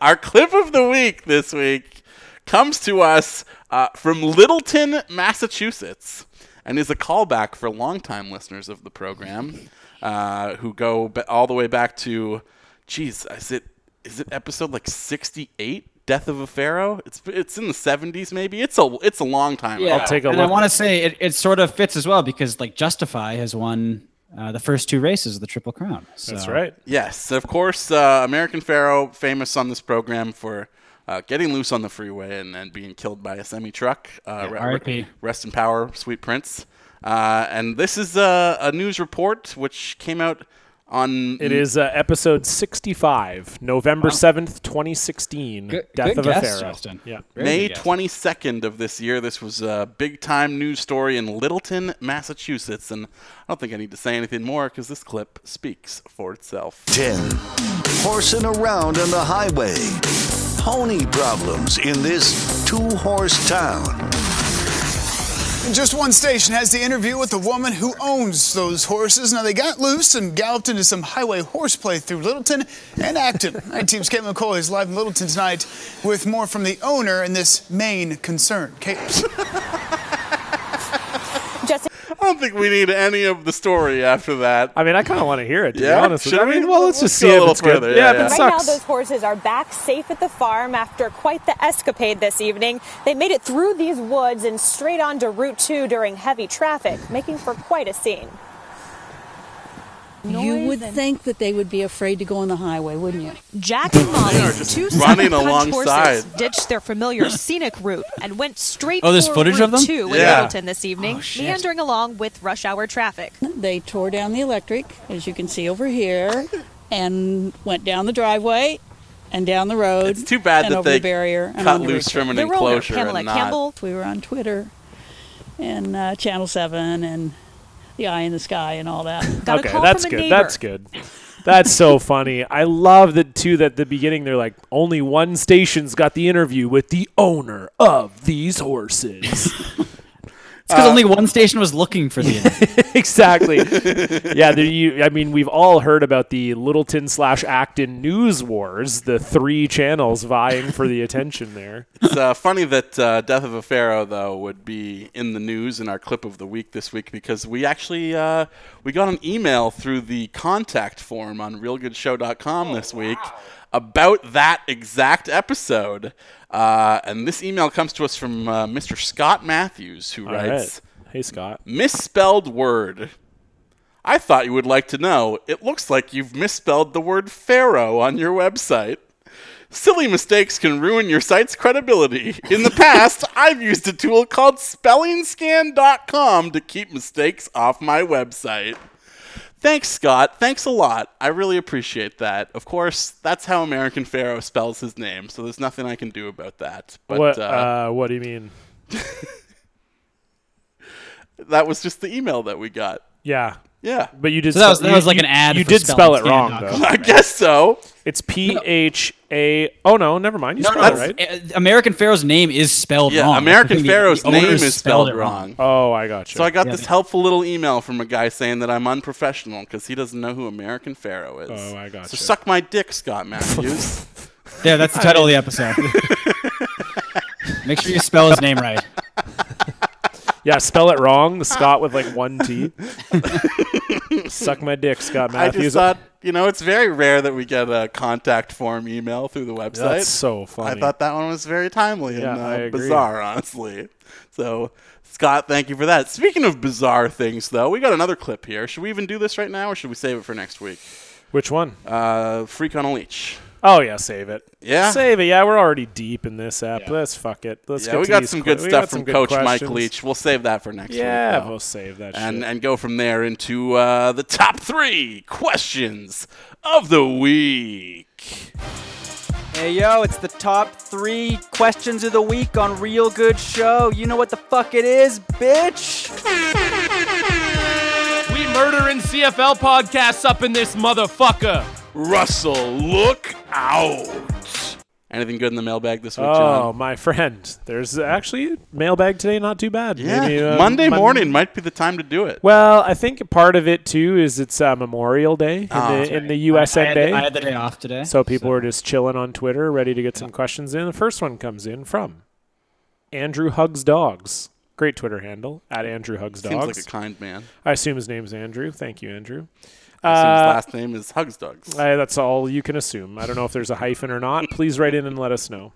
Speaker 1: our clip of the week this week comes to us uh, from Littleton, Massachusetts, and is a callback for longtime listeners of the program uh, who go ba- all the way back to, geez, is it is it episode like sixty eight? Death of a Pharaoh. It's it's in the seventies, maybe. It's a it's a long time. ago.
Speaker 3: I'll take a
Speaker 2: and I
Speaker 3: look.
Speaker 2: want to say it, it sort of fits as well because like Justify has won uh, the first two races of the Triple Crown. So.
Speaker 3: That's right.
Speaker 1: Yes, of course. Uh, American Pharaoh, famous on this program for uh, getting loose on the freeway and, and being killed by a semi truck. Uh, re-
Speaker 2: R.I.P..
Speaker 1: Rest in power, sweet prince. Uh, and this is a, a news report which came out on
Speaker 3: It is uh, episode 65, November 7th, 2016.
Speaker 2: Good-
Speaker 3: Death
Speaker 2: good
Speaker 3: of
Speaker 2: guess,
Speaker 3: a Pharaoh.
Speaker 2: Justin.
Speaker 3: Yeah.
Speaker 1: May 22nd of this year. This was a big time news story in Littleton, Massachusetts. And I don't think I need to say anything more because this clip speaks for itself.
Speaker 4: 10. Horsing around on the highway. Pony problems in this two horse town.
Speaker 5: Just one station has the interview with the woman who owns those horses. Now, they got loose and galloped into some highway horseplay through Littleton and Acton. Night Team's Kate McCoy is live in Littleton tonight with more from the owner in this main concern. Kate.
Speaker 1: I don't think we need any of the story after that.
Speaker 3: I mean, I kind of want to hear it, to
Speaker 1: Yeah?
Speaker 3: be honest. with you.
Speaker 1: Should
Speaker 3: I mean,
Speaker 1: we?
Speaker 3: well, let's,
Speaker 1: Let's
Speaker 3: just
Speaker 1: go
Speaker 3: see
Speaker 1: a
Speaker 3: if
Speaker 1: little
Speaker 3: it's good.
Speaker 1: further,
Speaker 3: Yeah,
Speaker 1: yeah,
Speaker 3: if
Speaker 1: yeah.
Speaker 3: it
Speaker 6: Right
Speaker 3: sucks.
Speaker 6: now, those horses are back safe at the farm after quite the escapade this evening. They made it through these woods and straight onto Route 2 during heavy traffic, making for quite a scene. noise.
Speaker 7: You would
Speaker 6: and-
Speaker 7: think that they would be afraid to go on the highway, wouldn't you?
Speaker 6: Jack and Molly,
Speaker 1: They are just
Speaker 6: two
Speaker 1: running
Speaker 6: running horses,
Speaker 1: alongside.
Speaker 6: ditched their familiar scenic route and went straight
Speaker 2: Oh, there's
Speaker 6: for
Speaker 2: footage
Speaker 6: Route
Speaker 2: of them? Oh,
Speaker 6: 2 in
Speaker 1: Yeah.
Speaker 6: Littleton this evening, meandering along with rush hour traffic.
Speaker 7: They tore down the electric, as you can see over here, and went down the driveway and down the road.
Speaker 1: It's too bad
Speaker 7: and
Speaker 1: that
Speaker 7: over
Speaker 1: they
Speaker 7: the barrier and
Speaker 1: cut
Speaker 7: on the
Speaker 1: loose
Speaker 7: roof.
Speaker 1: from an
Speaker 6: The roller,
Speaker 1: enclosure
Speaker 6: Pamela
Speaker 1: and not.
Speaker 6: Campbell,
Speaker 7: We were on Twitter and uh, Channel 7 and The Eye in the Sky and all that.
Speaker 6: got a
Speaker 3: okay,
Speaker 6: call
Speaker 3: that's
Speaker 6: from a
Speaker 3: good.
Speaker 6: neighbor.
Speaker 3: That's good. That's so funny. I love that too. That at the beginning they're like, only one station's got the interview with the owner of these horses.
Speaker 2: It's because
Speaker 1: Uh,
Speaker 2: only one station was looking for the interview.
Speaker 3: exactly. yeah, there you. I mean, we've all heard about the Littleton slash Acton news wars, the three channels vying for the attention there.
Speaker 1: It's uh, funny that uh, Death of a Pharaoh though would be in the news in our clip of the week this week because we actually uh, we got an email through the contact form on realgoodshow.com this
Speaker 3: Oh,
Speaker 1: week about that exact episode. Uh, and this email comes to us from uh, Mr. Scott Matthews who
Speaker 3: All right.
Speaker 1: writes
Speaker 3: Hey, Scott.
Speaker 1: misspelled word. I thought you would like to know. It looks like you've misspelled the word pharaoh on your website. Silly mistakes can ruin your site's credibility. In the past, I've used a tool called spellingscan.com to keep mistakes off my website. Thanks, Scott. Thanks a lot. I really appreciate that. Of course, that's how American Pharaoh spells his name, so there's nothing I can do about that. But
Speaker 3: what?
Speaker 1: uh,
Speaker 3: Uh, what do you mean?
Speaker 1: that was just the email that we got.
Speaker 3: Yeah,
Speaker 1: Yeah.
Speaker 3: but you did.
Speaker 2: So that was-
Speaker 3: spell-
Speaker 2: that
Speaker 3: you-
Speaker 2: was like
Speaker 3: you-
Speaker 2: an ad
Speaker 3: You
Speaker 2: for
Speaker 3: did spell it
Speaker 2: spelling
Speaker 3: wrong
Speaker 2: scan.com.
Speaker 3: though.
Speaker 1: I guess so.
Speaker 3: It's P H A. Oh no, never mind. You
Speaker 2: No, no,
Speaker 3: spelled it
Speaker 2: that's-
Speaker 3: right.
Speaker 2: uh, American Pharaoh's name is spelled
Speaker 1: Yeah,
Speaker 2: wrong.
Speaker 1: American
Speaker 2: The- the
Speaker 1: Pharaoh's
Speaker 2: owners
Speaker 1: name is spelled wrong.
Speaker 3: Oh, I got you.
Speaker 1: So I got this
Speaker 2: they-
Speaker 1: helpful little email from a guy saying that I'm unprofessional because he doesn't know who American Pharaoh is.
Speaker 3: Oh, I gotcha.
Speaker 1: So suck my dick, Scott Matthews.
Speaker 2: There, that's the title of the episode. Make sure you spell his name right.
Speaker 3: yeah, spell it wrong. The Scott with like one T. Suck my dick, Scott
Speaker 1: I just
Speaker 3: Matthews.
Speaker 1: thought, you know, it's very rare that we get a contact form email through the website.
Speaker 3: That's so funny.
Speaker 1: I thought that one was very timely
Speaker 3: Yeah,
Speaker 1: and
Speaker 3: I
Speaker 1: uh,
Speaker 3: agree.
Speaker 1: bizarre, honestly. So, Scott, thank you for that. Speaking of bizarre things, though, we got another clip here. Should we even do this right now, or should we save it for next week?
Speaker 3: Which one?
Speaker 1: Uh, Freak on a leash.
Speaker 3: oh yeah, save it.
Speaker 1: Yeah?
Speaker 3: save it. Yeah, we're already deep in this app. Let's fuck it. Let's
Speaker 1: Yeah,
Speaker 3: get
Speaker 1: we
Speaker 3: to
Speaker 1: got
Speaker 3: these
Speaker 1: some
Speaker 3: que-
Speaker 1: good
Speaker 3: we
Speaker 1: stuff
Speaker 3: got some
Speaker 1: from
Speaker 3: good
Speaker 1: Coach Mike
Speaker 3: questions.
Speaker 1: Leach. We'll save that for next week.
Speaker 3: Yeah,
Speaker 1: though.
Speaker 3: we'll save that.
Speaker 1: and
Speaker 3: shit.
Speaker 1: and go from there into uh, the top three questions of the week.
Speaker 8: Hey yo, it's the top three questions of the week on Real Good Show. You know what the fuck it is, bitch?
Speaker 9: We murdering CFL podcasts up in this motherfucker.
Speaker 1: Russell, look out! Anything good in the mailbag this week,
Speaker 3: Oh,
Speaker 1: John?
Speaker 3: my friend. There's actually mailbag today. Not too bad.
Speaker 1: yeah,
Speaker 3: Maybe, uh,
Speaker 1: Monday
Speaker 3: Mon-
Speaker 1: morning might be the time to do it.
Speaker 3: Well, I think part of it too is it's uh, Memorial Day in,
Speaker 1: Ah.
Speaker 3: the, in the USA
Speaker 2: I had,
Speaker 3: Day.
Speaker 2: the, I had the day off today.
Speaker 3: So people were just chilling on Twitter, ready to get some questions in. The first one comes in from Andrew Hugs Dogs. Great Twitter handle at Andrew Hugs
Speaker 1: Seems
Speaker 3: Dogs.
Speaker 1: like a kind man.
Speaker 3: I assume his name's Andrew. Thank you, Andrew.
Speaker 1: Assume
Speaker 3: Uh,
Speaker 1: his last name is Hugs Dogs.
Speaker 3: I- that's all you can assume. I don't know if there's a hyphen or not. Please write in and let us know.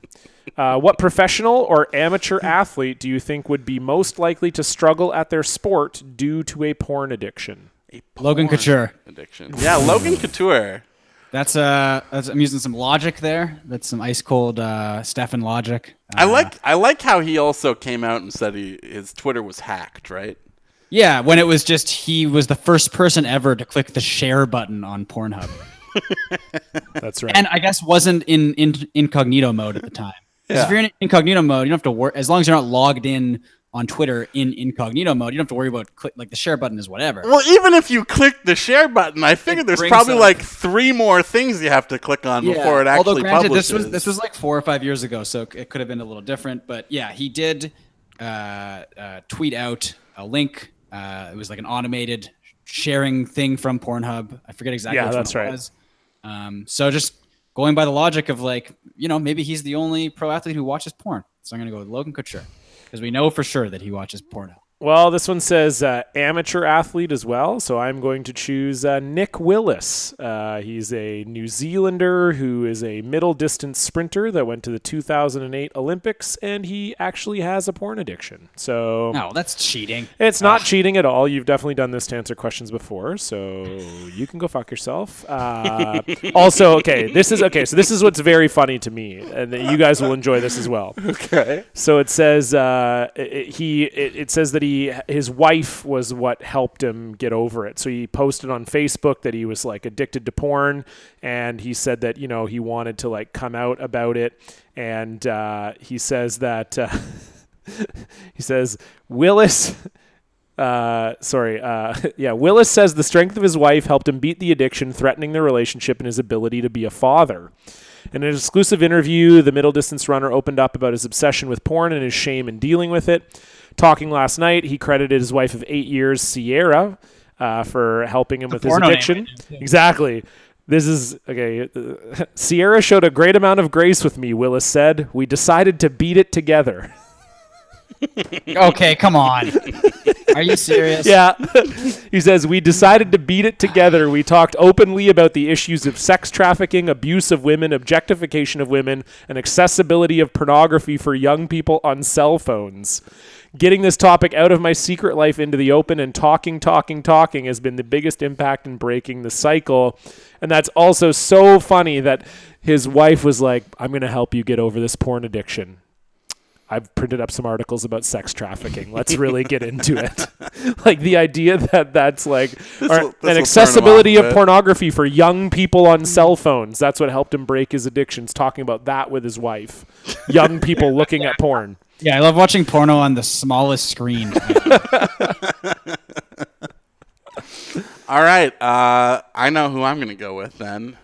Speaker 3: Uh, what professional or amateur athlete do you think would be most likely to struggle at their sport due to a porn addiction?
Speaker 1: A
Speaker 2: Logan
Speaker 1: porn
Speaker 2: Couture.
Speaker 1: addiction. Yeah, Logan Couture.
Speaker 2: That's uh, that's, I'm using some logic there. That's some ice cold uh, Stefan logic.
Speaker 1: I
Speaker 2: Uh,
Speaker 1: like I like how he also came out and said he, his Twitter was hacked, right?
Speaker 2: Yeah, when it was just he was the first person ever to click the share button on Pornhub,
Speaker 3: That's right.
Speaker 2: and I guess wasn't in, in incognito mode at the time. 'Cause
Speaker 1: Yeah.
Speaker 2: If you're in incognito mode, you don't have to worry. As long as you're not logged in on Twitter in incognito mode, you don't have to worry about click like the share button is whatever.
Speaker 1: Well, even if you click the share button, I figure
Speaker 2: It
Speaker 1: there's
Speaker 2: brings
Speaker 1: probably
Speaker 2: up-
Speaker 1: like three more things you have to click on before it actually
Speaker 2: Although granted,
Speaker 1: publishes.
Speaker 2: this was this was like four or five years ago, so it could have been a little different. But yeah, he did uh, uh, tweet out a link. Uh, it was like an automated sharing thing from Pornhub. I forget exactly.
Speaker 3: Yeah,
Speaker 2: which
Speaker 3: that's
Speaker 2: one it
Speaker 3: right.
Speaker 2: Was. Um, so just going by the logic of like, you know, maybe he's the only pro athlete who watches porn. So I'm gonna go with Logan Couture because we know for sure that he watches Pornhub.
Speaker 3: Well, this one says uh, amateur athlete as well, so I'm going to choose uh, Nick Willis. Uh, he's a New Zealander who is a middle distance sprinter that went to the 2008 Olympics, and he actually has a porn addiction. So
Speaker 2: No, that's cheating.
Speaker 3: it's not cheating at all. You've definitely done this to answer questions before, so you can go fuck yourself. Uh, also, okay, this is okay. So this is what's very funny to me, and that you guys will enjoy this as well. Okay. So it says uh, it- it, he. It, it says that he his wife was what helped him get over it. So he posted on Facebook that he was like addicted to porn, and he said that you know he wanted to like come out about it, and uh, he says that. Uh, he says Willis. Uh, sorry. Uh, yeah, Willis says the strength of his wife helped him beat the addiction, threatening their relationship and his ability to be a father. In an exclusive interview, the middle distance runner opened up about his obsession with porn and his shame in dealing with it. Talking last night, he credited his wife of eight years, Sierra, uh, for helping him with his
Speaker 2: porno name,
Speaker 3: addiction. Exactly. This is okay. uh, Sierra showed a great amount of grace with me, Willis said. We decided to beat it together.
Speaker 2: Okay, come on. Are you serious?
Speaker 3: Yeah. he says, We decided to beat it together. We talked openly about the issues of sex trafficking, abuse of women, objectification of women, and accessibility of pornography for young people on cell phones. Getting this topic out of my secret life into the open and talking, talking, talking has been the biggest impact in breaking the cycle. And that's also so funny that his wife was like, I'm going to help you get over this porn addiction. I've printed up some articles about sex trafficking. Let's really get into it. like the idea that that's like
Speaker 1: This will-
Speaker 3: or-
Speaker 1: this will turn
Speaker 3: an
Speaker 1: 'em off
Speaker 3: accessibility
Speaker 1: a
Speaker 3: of
Speaker 1: bit.
Speaker 3: pornography for young people on cell phones. That's what helped him break his addictions. Talking about that with his wife, young people looking at porn.
Speaker 2: Yeah, I love watching porno on the smallest screen.
Speaker 1: All right. Uh, I know who I'm going to go with then.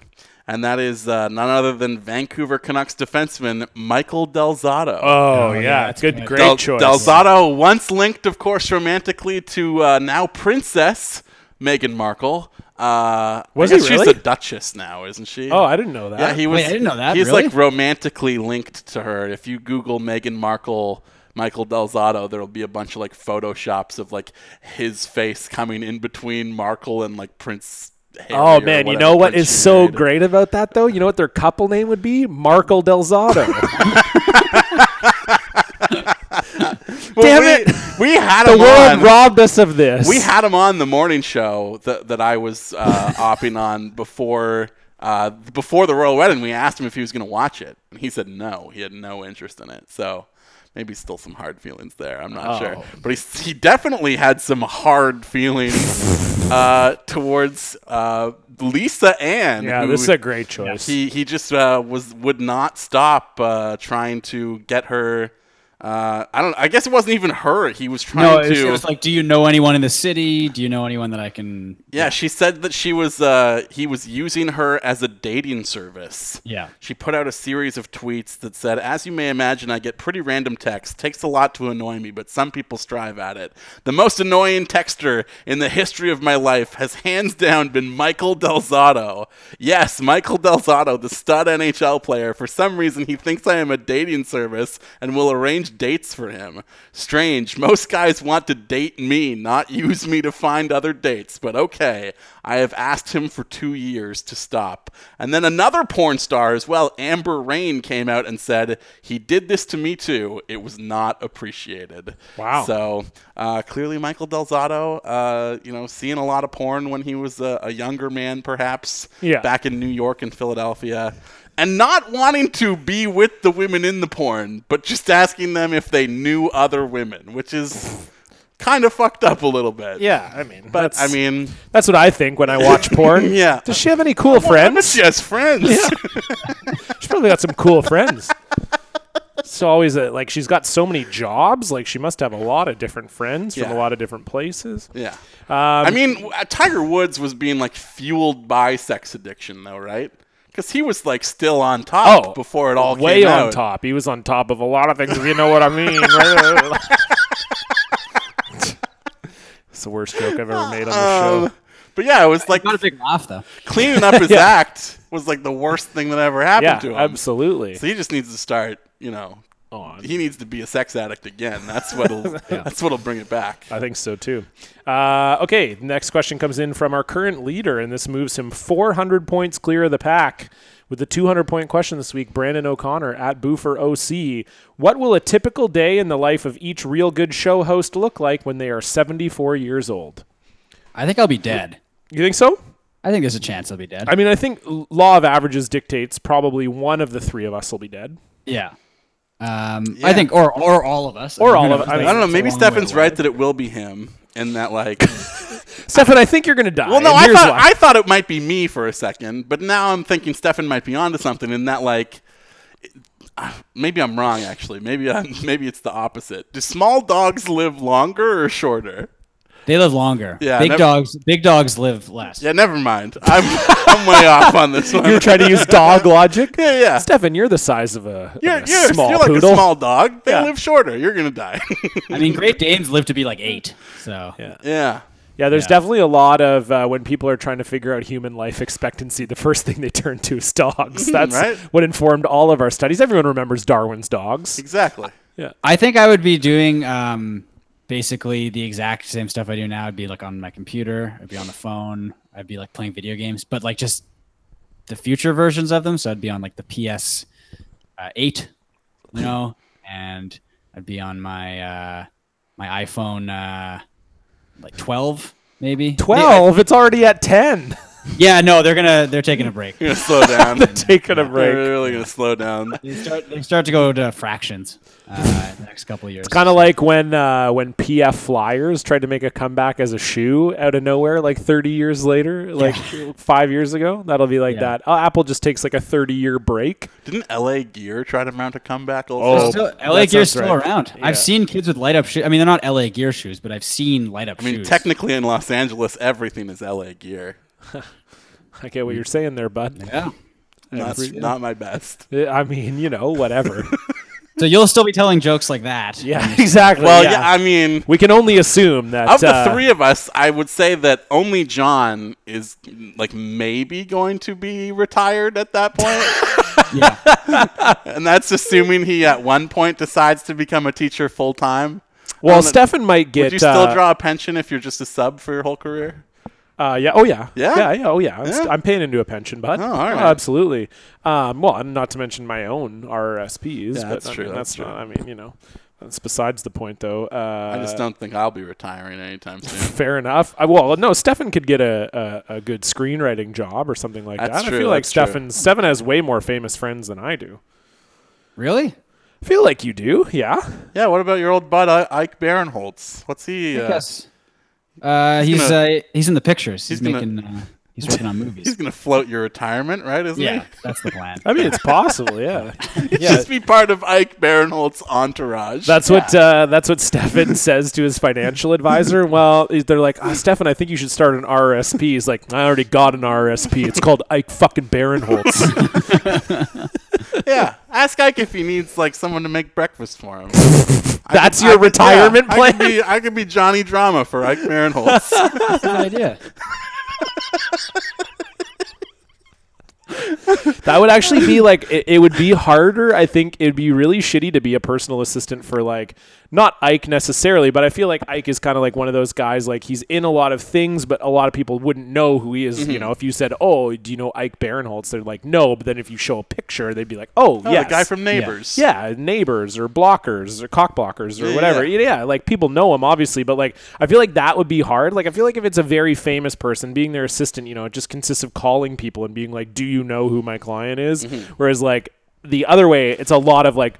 Speaker 1: And that is uh, none other than Vancouver Canucks defenseman Michael Delzato.
Speaker 3: Oh, yeah, good, great
Speaker 1: Del-
Speaker 3: choice.
Speaker 1: Delzato, once linked, of course, romantically to uh, now Princess Meghan Markle. Uh,
Speaker 3: Was
Speaker 1: I
Speaker 3: he
Speaker 1: guess
Speaker 3: really?
Speaker 1: She's a duchess now, isn't she?
Speaker 3: Oh, I didn't know that.
Speaker 1: Yeah, he
Speaker 3: Wait,
Speaker 1: was.
Speaker 3: I didn't know that,
Speaker 1: He's
Speaker 3: really?
Speaker 1: like romantically linked to her. If you Google Meghan Markle, Michael Delzato, there'll be a bunch of like photoshops of like his face coming in between Markle and like Prince. Harry
Speaker 3: Oh
Speaker 1: or
Speaker 3: man, you
Speaker 1: whatever
Speaker 3: know what
Speaker 1: prince
Speaker 3: is
Speaker 1: she
Speaker 3: so
Speaker 1: married.
Speaker 3: great about that though? You know what their couple name would be? Marco Delzato.
Speaker 1: Well,
Speaker 3: Damn it!
Speaker 1: We, we had
Speaker 3: the
Speaker 1: him
Speaker 3: world
Speaker 1: on.
Speaker 3: robbed us of this.
Speaker 1: We had him on the morning show that, that I was uh, opping on before uh, before the royal wedding. We asked him if he was going to watch it, and he said no. He had no interest in it. So maybe still some hard feelings there. I'm not
Speaker 3: Oh.
Speaker 1: sure, but he he definitely had some hard feelings uh, towards uh, Lisa Ann.
Speaker 3: Yeah,
Speaker 1: who-
Speaker 3: this is a great choice.
Speaker 1: He he just uh, was would not stop uh, trying to get her. Uh, I don't. I guess it wasn't even her. He was trying
Speaker 2: no,
Speaker 1: to.
Speaker 2: it was, it was like, do you know anyone in the city? Do you know anyone that I can?
Speaker 1: Yeah, she said that she was uh, he was using her as a dating service.
Speaker 2: Yeah.
Speaker 1: She put out a series of tweets that said, "As you may imagine, I get pretty random texts. Takes a lot to annoy me, but some people strive at it. The most annoying texter in the history of my life has hands down been Michael Delzato. Yes, Michael Delzato, the stud NHL player. For some reason, he thinks I am a dating service and will arrange dates for him. Strange. Most guys want to date me, not use me to find other dates, but okay. I have asked him for two years to stop. And then another porn star as well, Amber Rain, came out and said, He did this to me too. It was not appreciated.
Speaker 3: Wow.
Speaker 1: So uh, clearly, Michael Delzato, uh, you know, seeing a lot of porn when he was a, a younger man, perhaps,
Speaker 3: Yeah.
Speaker 1: back in New York and Philadelphia. And not wanting to be with the women in the porn, but just asking them if they knew other women, which is kind of fucked up a little bit.
Speaker 3: Yeah, I mean,
Speaker 1: But I
Speaker 3: that's-
Speaker 1: mean,
Speaker 3: That's what I think when I watch porn.
Speaker 1: Yeah.
Speaker 3: Does she have any cool friends?
Speaker 1: she has friends.
Speaker 3: She's probably got some cool friends. It's always a, like she's got so many jobs. Like she must have a lot of different friends from
Speaker 1: Yeah.
Speaker 3: a lot of different places.
Speaker 1: Yeah.
Speaker 3: Um,
Speaker 1: I mean, w- uh, Tiger Woods was being like fueled by sex addiction, though, right? Because he was like still on top
Speaker 3: Oh,
Speaker 1: before it all
Speaker 3: way
Speaker 1: came
Speaker 3: on
Speaker 1: out.
Speaker 3: top. He was on top of a lot of things. If you know what I mean. it's the worst joke I've ever made on the
Speaker 1: Um,
Speaker 3: show.
Speaker 1: but yeah, it was like
Speaker 2: Not a big laugh though.
Speaker 1: cleaning up his
Speaker 3: Yeah.
Speaker 1: act was like the worst thing that ever happened
Speaker 3: Yeah,
Speaker 1: to him.
Speaker 3: absolutely.
Speaker 1: So he just needs to start, you know,
Speaker 3: on.
Speaker 1: He needs to be a sex addict again. That's what'll
Speaker 3: Yeah.
Speaker 1: that's what'll bring it back.
Speaker 3: I think so too. Uh, okay, next question comes in from our current leader, and this moves him 400 points clear of the pack. With the 200 point question this week, Brandon O'Connor at Boofer OC. What will a typical day in the life of each real good show host look like when they are 74 years old?
Speaker 2: I think I'll be dead.
Speaker 3: You think so?
Speaker 2: I think there's a chance I'll be dead.
Speaker 3: I mean, I think l- law of averages dictates probably one of the three of us will be dead.
Speaker 2: yeah. Um, I think, or or all of us,
Speaker 3: Or
Speaker 2: mean,
Speaker 3: all
Speaker 2: who
Speaker 3: of-
Speaker 2: knows?
Speaker 3: I
Speaker 1: I,
Speaker 3: mean,
Speaker 1: don't know.
Speaker 3: that's a
Speaker 1: Maybe
Speaker 3: long way
Speaker 1: Stefan's
Speaker 3: away.
Speaker 1: right that it will be him, and that like.
Speaker 3: Stefan, I think you're going to die.
Speaker 1: well, no,
Speaker 3: and
Speaker 1: I
Speaker 3: here's
Speaker 1: thought
Speaker 3: why.
Speaker 1: I thought it might be me for a second, but now I'm thinking Stefan might be onto something, and that like. uh, Maybe I'm wrong. Actually, maybe i maybe it's the opposite. Do small dogs live longer or shorter?
Speaker 2: They live longer.
Speaker 1: Yeah,
Speaker 2: big
Speaker 1: never-
Speaker 2: dogs. Big dogs live less.
Speaker 1: Yeah, never mind. I'm I'm way off on this one.
Speaker 3: you were trying to use dog logic.
Speaker 1: Yeah, yeah.
Speaker 3: Stefan, you're the size of a, of
Speaker 1: You're,
Speaker 3: a
Speaker 1: you're,
Speaker 3: small
Speaker 1: you're like
Speaker 3: poodle.
Speaker 1: a small dog. They
Speaker 3: Yeah.
Speaker 1: live shorter. You're gonna die.
Speaker 2: I mean, Great Danes live to be like eight. So
Speaker 1: yeah.
Speaker 3: Yeah, there's
Speaker 2: Yeah.
Speaker 3: definitely a lot of uh, when people are trying to figure out human life expectancy, the first thing they turn to is dogs. That's
Speaker 1: Right.
Speaker 3: what informed all of our studies. Everyone remembers Darwin's dogs.
Speaker 1: Exactly.
Speaker 2: I think I would be doing um, basically the exact same stuff I do now. I'd be like on my computer. I'd be on the phone. I'd be like playing video games, but like just the future versions of them. So I'd be on like the PS uh, eight, you know, and I'd be on my uh, my iPhone uh, like twelve maybe. They- I-
Speaker 3: 12, it's already at 10.
Speaker 2: Yeah, no, they're gonna they're taking a break.
Speaker 1: You're gonna slow down.
Speaker 3: They're taking a
Speaker 1: You're
Speaker 3: break.
Speaker 1: really gonna slow down.
Speaker 2: They start they start to go to fractions uh, in the next couple of years.
Speaker 3: Kind of like when uh, when PF Flyers tried to make a comeback as a shoe out of nowhere, like 30 years later, like five years ago. That'll be like
Speaker 2: Yeah.
Speaker 3: that. Oh, Apple just takes like a 30 year break.
Speaker 1: Didn't LA Gear try to mount a comeback?
Speaker 3: Oh,
Speaker 1: Also?
Speaker 2: Still,
Speaker 3: that
Speaker 2: LA gear's
Speaker 3: sounds
Speaker 2: still
Speaker 3: right.
Speaker 2: around.
Speaker 3: Yeah.
Speaker 2: I've seen kids with light up shoes. I mean, they're not LA gear shoes, but I've seen light up
Speaker 1: I mean,
Speaker 2: shoes.
Speaker 1: technically in Los Angeles, everything is LA Gear.
Speaker 3: I get what you're saying there, bud.
Speaker 2: yeah.
Speaker 1: Not, not my best.
Speaker 3: I mean, you know, whatever.
Speaker 2: So you'll still be telling jokes like that.
Speaker 3: yeah, exactly.
Speaker 1: Well, yeah. I mean,
Speaker 3: We can only assume that
Speaker 1: of the
Speaker 3: uh,
Speaker 1: three of us, I would say that only John is like maybe going to be retired at that point.
Speaker 2: Yeah.
Speaker 1: and that's assuming he at one point decides to become a teacher full time.
Speaker 3: Well,
Speaker 1: Um,
Speaker 3: Stefan might get.
Speaker 1: Would you still
Speaker 3: uh,
Speaker 1: draw a pension if you're just a sub for your whole career?
Speaker 3: Uh, yeah. Oh, yeah.
Speaker 1: Yeah?
Speaker 3: Yeah. yeah oh, yeah. I'm,
Speaker 1: Yeah.
Speaker 3: st- I'm paying into a pension, bud.
Speaker 1: Oh, all right.
Speaker 3: absolutely. Um, well, and not to mention my own RRSPs.
Speaker 1: Yeah,
Speaker 3: but,
Speaker 1: that's
Speaker 3: I
Speaker 1: true,
Speaker 3: Mean,
Speaker 1: that's
Speaker 3: that's
Speaker 1: true.
Speaker 3: not. I mean, you know, that's besides the point, though. Uh,
Speaker 1: I just don't think I'll be retiring anytime soon.
Speaker 3: Fair enough. I, well, no, Stefan could get a, a, a good screenwriting job or something like
Speaker 1: That's
Speaker 3: that. I
Speaker 1: true,
Speaker 3: feel like
Speaker 1: that's true.
Speaker 3: Stefan Stefan has way more famous friends than I do.
Speaker 2: Really?
Speaker 3: I feel like you do. Yeah.
Speaker 1: yeah, what about your old bud I- Ike Barinholtz? What's he? Uh,
Speaker 2: Yes. Uh, he's
Speaker 1: gonna-
Speaker 2: uh, he's in the pictures. He's,
Speaker 1: he's gonna-
Speaker 2: making. Uh, he's working on movies.
Speaker 1: He's gonna float your retirement, right? Isn't
Speaker 2: yeah, that's the plan.
Speaker 3: I mean, it's possible. Yeah.
Speaker 1: he? Just be part of Ike Barinholtz entourage.
Speaker 3: That's what uh, that's what Stefan says to his financial advisor. Well, is- they're like, oh, Stefan, I think you should start an RSP. He's like, I already got an RSP. It's called Ike fucking Barinholtz.
Speaker 1: yeah. Ask Ike if he needs like someone to make breakfast for him.
Speaker 3: that's
Speaker 1: I
Speaker 3: your
Speaker 1: could-
Speaker 3: retirement
Speaker 1: yeah, I
Speaker 3: plan.
Speaker 1: could, be, I could be Johnny Drama for Ike Barinholtz.
Speaker 2: That's a good idea.
Speaker 3: that would actually be like it, it would be harder. I think it'd be really shitty to be a personal assistant for like not Ike necessarily, but I feel like Ike is kind of like one of those guys like he's in a lot of things, but a lot of people wouldn't know who he is.
Speaker 1: Mm-hmm.
Speaker 3: You know, if you said, "Oh, do you know Ike Barinholtz?" They're like, "No," but then if you show a picture, they'd be like, "Oh,
Speaker 1: Oh,
Speaker 3: yes.
Speaker 1: the guy from Neighbors.
Speaker 3: Yeah, neighbors or blockers or cock blockers or
Speaker 1: Yeah,
Speaker 3: whatever.
Speaker 1: yeah.
Speaker 3: Yeah. like people know him obviously, but like I feel like that would be hard. Like I feel like if it's a very famous person, being their assistant, you know, it just consists of calling people and being like, "Do you know who my client is?"
Speaker 1: Mm-hmm.
Speaker 3: Whereas like the other way, it's a lot of like,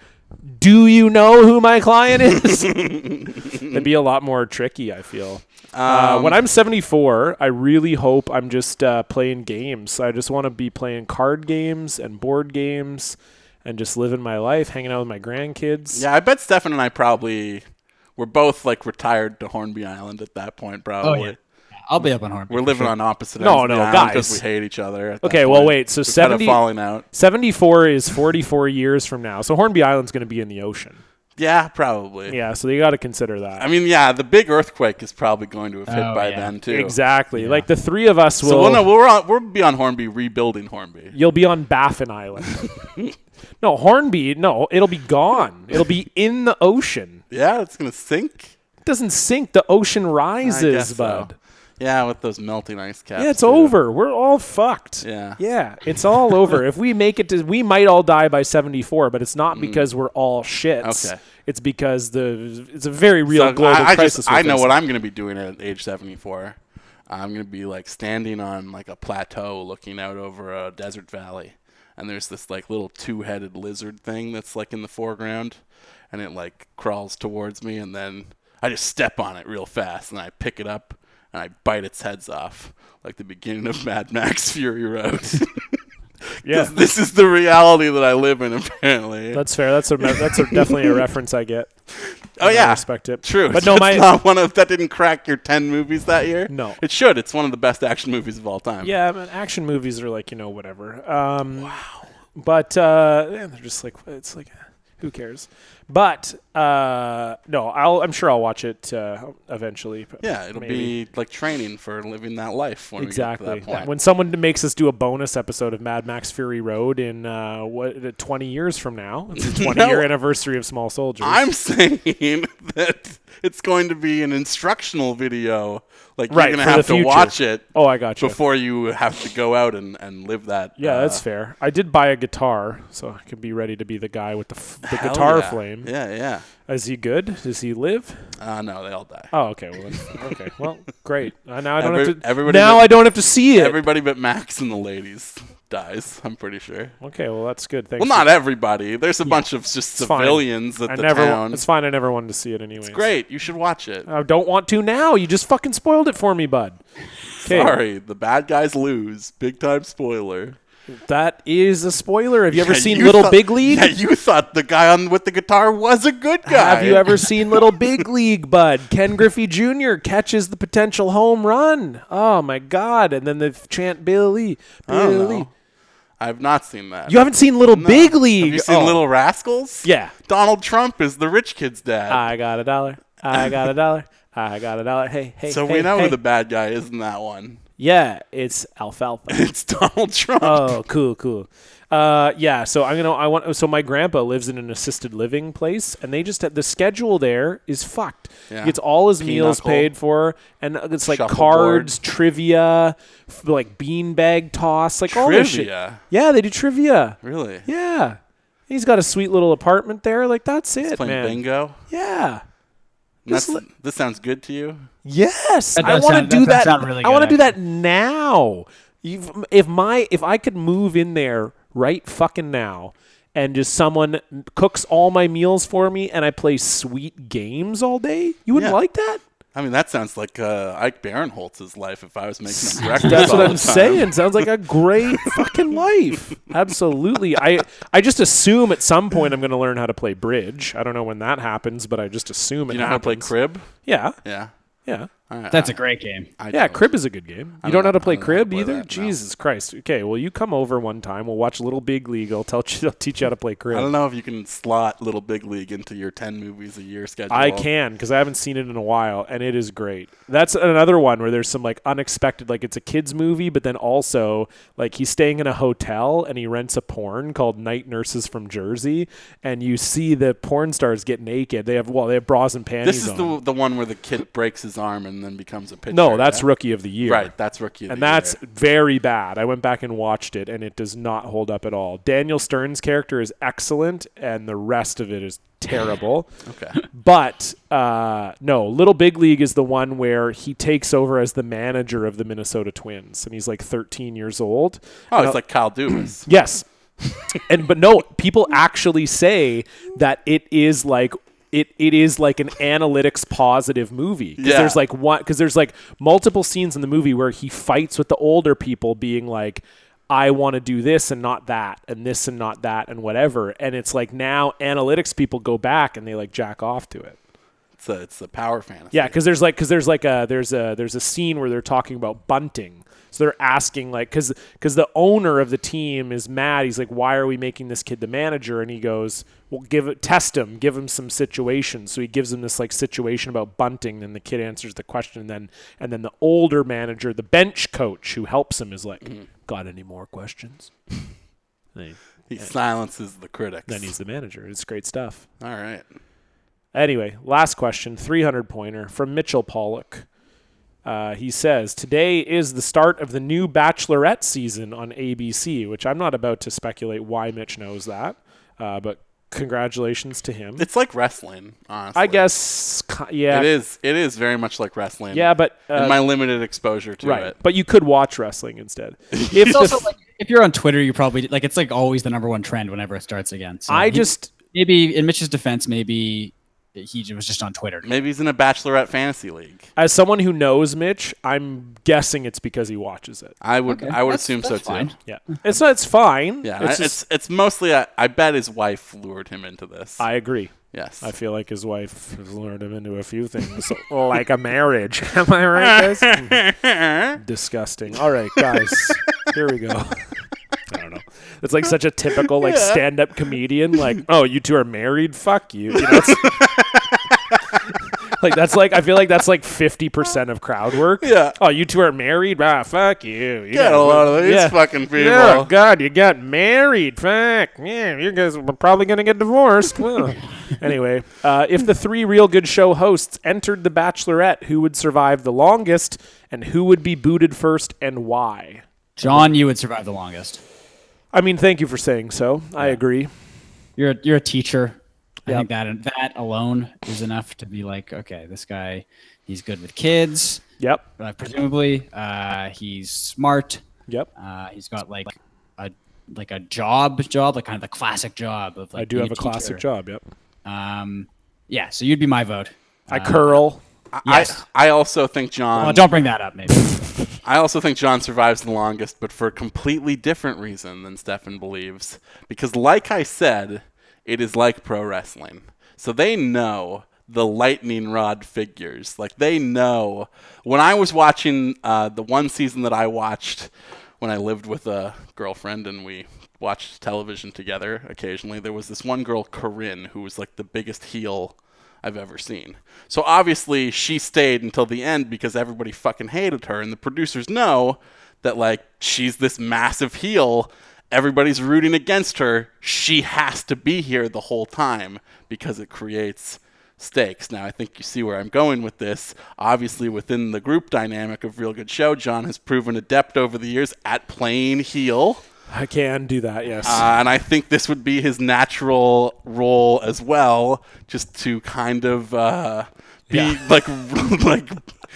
Speaker 3: "Do you know who my client is?" It'd be a lot more tricky. I feel. uh,
Speaker 1: Um,
Speaker 3: when I'm 74, I really hope I'm just uh, playing games. I just want to be playing card games and board games, and just living my life, hanging out with my grandkids.
Speaker 1: yeah, I bet Stefan and I probably were both like retired to Hornby Island at that point.
Speaker 3: Oh,
Speaker 1: Probably.
Speaker 2: yeah. I'll be up on Hornby.
Speaker 1: We're living on opposite
Speaker 3: No,
Speaker 1: ends of the
Speaker 3: no,
Speaker 1: island 'cause
Speaker 3: guys.
Speaker 1: we hate each other. at that
Speaker 3: Okay, well,
Speaker 1: point.
Speaker 3: wait, so
Speaker 1: We've had a
Speaker 3: 70
Speaker 1: falling out.
Speaker 3: 74 is 44 years from now, so Hornby Island's going to be in the ocean.
Speaker 1: Yeah, probably.
Speaker 3: Yeah, so you got to consider that.
Speaker 1: I mean, yeah, the big earthquake is probably going to have hit
Speaker 3: Oh,
Speaker 1: by
Speaker 3: yeah.
Speaker 1: then too.
Speaker 3: Exactly. Like the three of us will.
Speaker 1: So we'll know we're on, we'll be on Hornby rebuilding Hornby.
Speaker 3: You'll be on Baffin Island. no, Hornby. No, it'll be gone. It'll be in the ocean.
Speaker 1: Yeah, it's gonna sink.
Speaker 3: It doesn't sink. The ocean
Speaker 1: I guess
Speaker 3: rises,
Speaker 1: so.
Speaker 3: bud.
Speaker 1: Yeah, with those melting ice caps.
Speaker 3: Yeah, it's over. We're all fucked.
Speaker 1: Yeah.
Speaker 3: Yeah, it's all over. if we make it to, we might all die by 74, but it's not because we're all shits.
Speaker 1: Mm. Okay.
Speaker 3: It's because the it's a very real
Speaker 1: So
Speaker 3: global
Speaker 1: I, I
Speaker 3: crisis.
Speaker 1: Just,
Speaker 3: we're
Speaker 1: I know
Speaker 3: facing.
Speaker 1: what I'm going to be doing at age 74. I'm going to be like standing on like a plateau looking out over a desert valley. And there's this like little two headed lizard thing that's like in the foreground. And it like crawls towards me. And then I just step on it real fast. And I pick it up and I bite its heads off. Like the beginning of Mad Max Fury Road. 'Cause
Speaker 3: Yeah.
Speaker 1: This is the reality that I live in, apparently.
Speaker 3: That's fair. That's a that's a, definitely a reference I get.
Speaker 1: Oh
Speaker 3: I
Speaker 1: yeah,
Speaker 3: respect it.
Speaker 1: True,
Speaker 3: But no,
Speaker 1: That's
Speaker 3: my-
Speaker 1: not one of that didn't crack your ten movies that year.
Speaker 3: No.
Speaker 1: it should. It's one of the best action movies of all time.
Speaker 3: Yeah, I mean, action movies are like you know whatever. Um, wow. But uh, man, they're just like it's like eh, who cares? But uh, no, I'll I'm sure I'll watch it uh, eventually. but
Speaker 1: yeah, it'll
Speaker 3: maybe.
Speaker 1: be like training for living that life. When
Speaker 3: exactly.
Speaker 1: we get to that point.
Speaker 3: When someone makes us do a bonus episode of Mad Max Fury Road in uh, what 20 years from now, it's the 20 year
Speaker 1: No.
Speaker 3: anniversary of Small Soldiers.
Speaker 1: I'm saying that it's going to be an instructional video. Like
Speaker 3: Right,
Speaker 1: you're gonna
Speaker 3: for the
Speaker 1: have to
Speaker 3: future.
Speaker 1: watch it.
Speaker 3: Oh, I gotcha.
Speaker 1: Before you have to go out and, and live that.
Speaker 3: yeah,
Speaker 1: uh,
Speaker 3: that's fair. I did buy a guitar, so I can be ready to be the guy with the, f- the
Speaker 1: Hell
Speaker 3: guitar
Speaker 1: yeah.
Speaker 3: flame.
Speaker 1: Yeah, yeah.
Speaker 3: Is he good? Does he live?
Speaker 1: Uh, no, they all die.
Speaker 3: Oh, okay. Well, then- okay. Well, great. Uh, now I don't
Speaker 1: Every-
Speaker 3: have to.
Speaker 1: everybody
Speaker 3: now
Speaker 1: but-
Speaker 3: I don't have to see it.
Speaker 1: Everybody but Max and the ladies dies. I'm pretty sure.
Speaker 3: okay. Well, that's good. Thanks.
Speaker 1: Well, not everybody. There's a bunch of just
Speaker 3: It's fine.
Speaker 1: civilians
Speaker 3: I
Speaker 1: at the
Speaker 3: never,
Speaker 1: town.
Speaker 3: It's fine. I never wanted to see it anyway.
Speaker 1: It's great. You should watch it.
Speaker 3: I don't want to now. You just fucking spoiled it for me, bud. 'Kay.
Speaker 1: Sorry, the bad guys lose. Big time spoiler.
Speaker 3: That is a spoiler. Have you ever
Speaker 1: Yeah,
Speaker 3: seen
Speaker 1: you
Speaker 3: Little
Speaker 1: thought-
Speaker 3: Big League?
Speaker 1: Yeah, you thought the guy on with the guitar was a good guy.
Speaker 3: Have you ever seen Little Big League, bud? Ken Griffey Jr. catches the potential home run. Oh my god! And then they chant Billy,
Speaker 1: I don't know.
Speaker 3: Billy.
Speaker 1: I've not seen that.
Speaker 3: You haven't seen Little
Speaker 1: No.
Speaker 3: Big League.
Speaker 1: Have you seen
Speaker 3: Oh.
Speaker 1: Little Rascals?
Speaker 3: Yeah.
Speaker 1: Donald Trump is the rich kid's dad.
Speaker 3: Oh, I got a dollar. I got a dollar. I got a dollar. Hey, hey.
Speaker 1: so
Speaker 3: hey,
Speaker 1: we know
Speaker 3: hey.
Speaker 1: who the bad guy is in that one.
Speaker 3: Yeah, it's alfalfa.
Speaker 1: it's Donald Trump.
Speaker 3: Oh, cool, cool. Uh, yeah. So I'm gonna. I want. So my grandpa lives in an assisted living place, and they just the schedule there is fucked.
Speaker 1: Yeah.
Speaker 3: He gets all his meals
Speaker 1: Pinochle.
Speaker 3: paid for, and it's like
Speaker 1: Shuffleboard.
Speaker 3: cards, trivia, f- like beanbag toss, like all this shit.
Speaker 1: Trivia?
Speaker 3: Yeah, they do trivia.
Speaker 1: Really?
Speaker 3: Yeah. He's got a sweet little apartment there. Like that's it,
Speaker 1: Playing
Speaker 3: man.
Speaker 1: bingo.
Speaker 3: Yeah.
Speaker 1: That's,
Speaker 3: Just li-
Speaker 1: this sounds good to you.
Speaker 3: Yes,
Speaker 2: That
Speaker 3: I
Speaker 2: does
Speaker 3: want
Speaker 2: sound-
Speaker 3: to
Speaker 2: that
Speaker 3: do
Speaker 2: does
Speaker 3: that.
Speaker 2: sound really
Speaker 3: I want to
Speaker 2: good,
Speaker 3: do that now. You've, if my if I could move in there right fucking now, and just someone cooks all my meals for me, and I play sweet games all day, you wouldn't
Speaker 1: Yeah.
Speaker 3: like that.
Speaker 1: I mean, that sounds like uh, Ike Barinholtz's life if I was making him breakfast.
Speaker 3: That's
Speaker 1: all
Speaker 3: what
Speaker 1: the
Speaker 3: I'm
Speaker 1: time.
Speaker 3: saying. Sounds like a great fucking life. Absolutely. I I just assume at some point I'm going to learn how to play bridge. I don't know when that happens, but I just assume it
Speaker 1: You know how to
Speaker 3: happens.
Speaker 1: play crib?
Speaker 3: Yeah.
Speaker 1: Yeah.
Speaker 3: Yeah.
Speaker 1: All right,
Speaker 2: That's
Speaker 1: I-
Speaker 2: a great game.
Speaker 1: I
Speaker 3: yeah,
Speaker 1: don't.
Speaker 3: crib is a good game.
Speaker 1: I don't
Speaker 3: You don't know how
Speaker 1: know-
Speaker 3: to
Speaker 1: I
Speaker 3: play
Speaker 1: don't know how to
Speaker 3: crib
Speaker 1: play
Speaker 3: either.
Speaker 1: that, no.
Speaker 3: Jesus Christ. Okay, well you come over one time. We'll watch Little Big League. I'll tell you. I'll teach you how to play
Speaker 1: I don't
Speaker 3: crib.
Speaker 1: know if you can slot Little Big League into your 10 movies a year schedule.
Speaker 3: I can because I haven't seen it in a while, and it is great. That's another one where there's some like unexpected, like it's a kids movie, but then also like he's staying in a hotel and he rents a porn called Night Nurses from Jersey, and you see the porn stars get naked. They have well, they have bras and panties.
Speaker 1: This is
Speaker 3: on.
Speaker 1: the, the one where the kid breaks his arm and then becomes a pitcher.
Speaker 3: no, that's
Speaker 1: right?
Speaker 3: Rookie of the Year.
Speaker 1: Right, that's Rookie of
Speaker 3: and
Speaker 1: the
Speaker 3: that's
Speaker 1: Year.
Speaker 3: very bad. I went back and watched it, and it does not hold up at all. Daniel Stern's character is excellent, and the rest of it is terrible.
Speaker 1: Okay.
Speaker 3: But uh, no, Little Big League is the one where he takes over as the manager of the Minnesota Twins, and he's like 13 years old.
Speaker 1: Oh,
Speaker 3: And
Speaker 1: it's
Speaker 3: I'll-
Speaker 1: like Kyle Dubas.
Speaker 3: Yes. and but no, people actually say that it is like it, it is like an analytics positive movie because
Speaker 1: Yeah.
Speaker 3: there's like one because there's like multiple scenes in the movie where he fights with the older people being like I want to do this and not that and this and not that and whatever and it's like now analytics people go back and they like jack off to it.
Speaker 1: the it's the power fantasy.
Speaker 3: Yeah, because there's like because there's like a there's a there's a scene where they're talking about bunting. So they're asking like because because the owner of the team is mad. He's like, why are we making this kid the manager? And he goes, well, give it test him, give him some situations. So he gives him this like situation about bunting. Then the kid answers the question. And then and then the older manager, the bench coach who helps him, is like, got any more questions?
Speaker 1: He silences the critics.
Speaker 3: Then he's the manager. It's great stuff.
Speaker 1: All right.
Speaker 3: Anyway, last question, 300 pointer from Mitchell Pollock. Uh, he says, Today is the start of the new Bachelorette season on ABC, which I'm not about to speculate why Mitch knows that, uh, but congratulations to him.
Speaker 1: It's like wrestling, honestly.
Speaker 3: I guess, ki- yeah.
Speaker 1: It is. It is very much like wrestling.
Speaker 3: Yeah, but, uh,
Speaker 1: in my limited exposure to
Speaker 3: Right.
Speaker 1: it,
Speaker 3: But you could watch wrestling instead. If
Speaker 2: It's
Speaker 3: the
Speaker 2: also
Speaker 3: f-
Speaker 2: like if you're on Twitter, you probably like it's like always the number one trend whenever it starts again. So
Speaker 3: I
Speaker 2: he-
Speaker 3: just.
Speaker 2: maybe in Mitch's defense, maybe he was just on Twitter.
Speaker 1: maybe he's in a bachelorette fantasy league.
Speaker 3: As someone who knows Mitch, I'm guessing it's because he watches it.
Speaker 1: I would. I would
Speaker 2: That's-
Speaker 1: assume so
Speaker 2: that's fine.
Speaker 1: too.
Speaker 3: Yeah, it's not. It's fine.
Speaker 1: Yeah,
Speaker 3: it's
Speaker 1: it's,
Speaker 3: just-
Speaker 1: it's it's mostly. I, I bet his wife lured him into this.
Speaker 3: I agree.
Speaker 1: yes.
Speaker 3: I feel like his wife has lured him into a few things, like a marriage. Am I right, guys? Disgusting. All right, guys, here we go. I don't know. It's like such a typical like stand-up comedian. Like, oh, you two are married. Fuck you. you know, it's- like that's like I feel like that's like fifty percent of crowd work.
Speaker 1: Yeah.
Speaker 3: Oh, you two are married. Ah, fuck you. You
Speaker 1: Get a load of these fucking people.
Speaker 3: Yeah, God, you got married. Fuck. Yeah, you guys are probably going to get divorced. Well, anyway, uh, if the three Real Good Show hosts entered The Bachelorette, who would survive the longest and who would be booted first and why?
Speaker 2: John, you would survive the longest.
Speaker 3: I mean, thank you for saying so. I agree.
Speaker 2: You're a, you're a teacher.
Speaker 3: Yeah.
Speaker 2: I think that that alone is enough to be like, okay, this guy, he's good with kids,
Speaker 3: Yep.
Speaker 2: uh, presumably. Uh, he's smart.
Speaker 3: Yep.
Speaker 2: Uh, he's got like a like a job, job, like kind of the classic job of like.
Speaker 3: I do
Speaker 2: being
Speaker 3: have a classic
Speaker 2: teacher.
Speaker 3: job. Yep.
Speaker 2: Um, yeah, so you'd be my vote.
Speaker 3: I curl.
Speaker 2: Yes.
Speaker 1: I, I also think John.
Speaker 2: well, don't bring that up, maybe.
Speaker 1: I also think John survives the longest, but for a completely different reason than Stefan believes. Because, like I said, it is like pro wrestling. So they know the lightning rod figures. Like they know. When I was watching uh, the one season that I watched when I lived with a girlfriend and we watched television together occasionally, there was this one girl, Corinne, who was like the biggest heel I've ever seen. So obviously she stayed until the end because everybody fucking hated her and the producers know that like she's this massive heel, everybody's rooting against her, she has to be here the whole time because it creates stakes. Now I think you see where I'm going with this. Obviously within the group dynamic of Real Good Show, John has proven adept over the years at playing heel.
Speaker 3: I can do that. Yes.
Speaker 1: Uh, and I think this would be his natural role as well, just to kind of uh, be like, like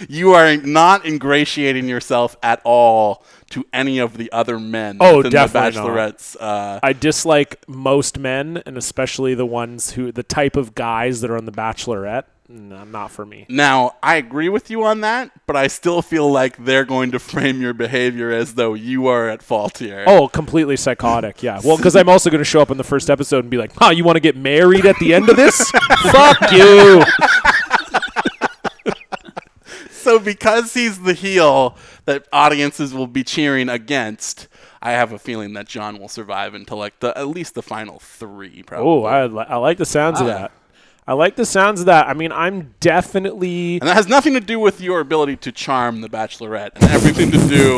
Speaker 1: you are not ingratiating yourself at all to any of the other men
Speaker 3: Oh,
Speaker 1: within
Speaker 3: definitely
Speaker 1: the
Speaker 3: not.
Speaker 1: Bachelorette's. Uh,
Speaker 3: I dislike most men, and especially the ones who, the type of guys that are on The Bachelorette. No, not for me.
Speaker 1: now, I agree with you on that, but I still feel like they're going to frame your behavior as though you are at fault here.
Speaker 3: Oh, completely psychotic. Yeah. Well, because I'm also going to show up in the first episode and be like, "Huh, you want to get married at the end of this? Fuck you."
Speaker 1: So because he's the heel that audiences will be cheering against, I have a feeling that John will survive until like the at least the final three, probably.
Speaker 3: Oh, I, li- I like the sounds of that. I like the sounds of that. I mean, I'm definitely.
Speaker 1: and that has nothing to do with your ability to charm the Bachelorette, and everything to do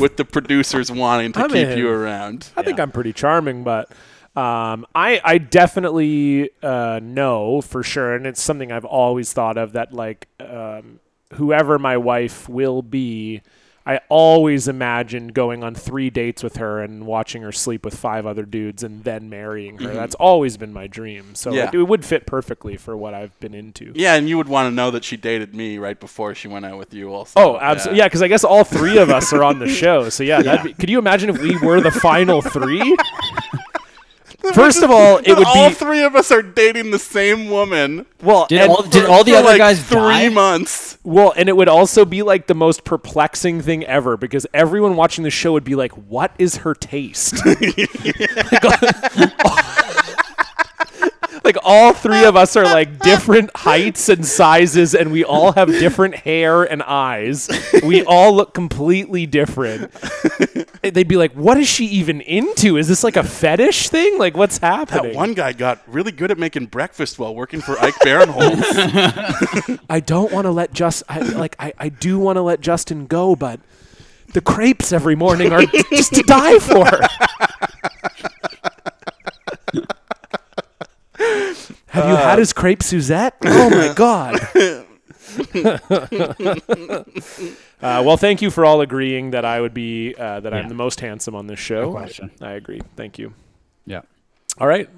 Speaker 1: with the producers wanting to
Speaker 3: I'm
Speaker 1: keep
Speaker 3: in.
Speaker 1: you around.
Speaker 3: I think I'm pretty charming, but um, I I definitely uh, know for sure, and it's something I've always thought of that like um, whoever my wife will be, I always imagine going on three dates with her and watching her sleep with five other dudes and then marrying her. That's always been my dream, so
Speaker 1: Yeah.
Speaker 3: it, it would fit perfectly for what I've been into.
Speaker 1: Yeah, and you would want to know that she dated me right before she went out with you, also.
Speaker 3: Oh, absolutely. Yeah, because I guess all three of us are on the show. So yeah, That'd be, could you imagine if we were the final three? First of all, it would
Speaker 1: all
Speaker 3: be
Speaker 1: three of us are dating the same woman.
Speaker 3: Well,
Speaker 2: Did
Speaker 3: and,
Speaker 2: all did all the
Speaker 1: for
Speaker 2: other
Speaker 1: like
Speaker 2: guys
Speaker 1: three
Speaker 2: die?
Speaker 1: months.
Speaker 3: well, and it would also be like the most perplexing thing ever because everyone watching the show would be like, "What is her taste?" Like, like all three of us are like different heights and sizes, and we all have different hair and eyes. We all look completely different. They'd be like, "What is she even into? Is this like a fetish thing? Like, what's happening?"
Speaker 1: That one guy got really good at making breakfast while working for Ike Barinholtz.
Speaker 3: I don't want to let just I, like I, I do want to let Justin go, but the crepes every morning are just to die for. Have you had his crepe Suzette? Oh my god. uh, well, thank you for all agreeing that I would be uh, that I'm
Speaker 2: Yeah.
Speaker 3: the most handsome on this show.
Speaker 2: No
Speaker 3: I,
Speaker 2: question.
Speaker 3: I agree. Thank you.
Speaker 2: Yeah.
Speaker 3: All right,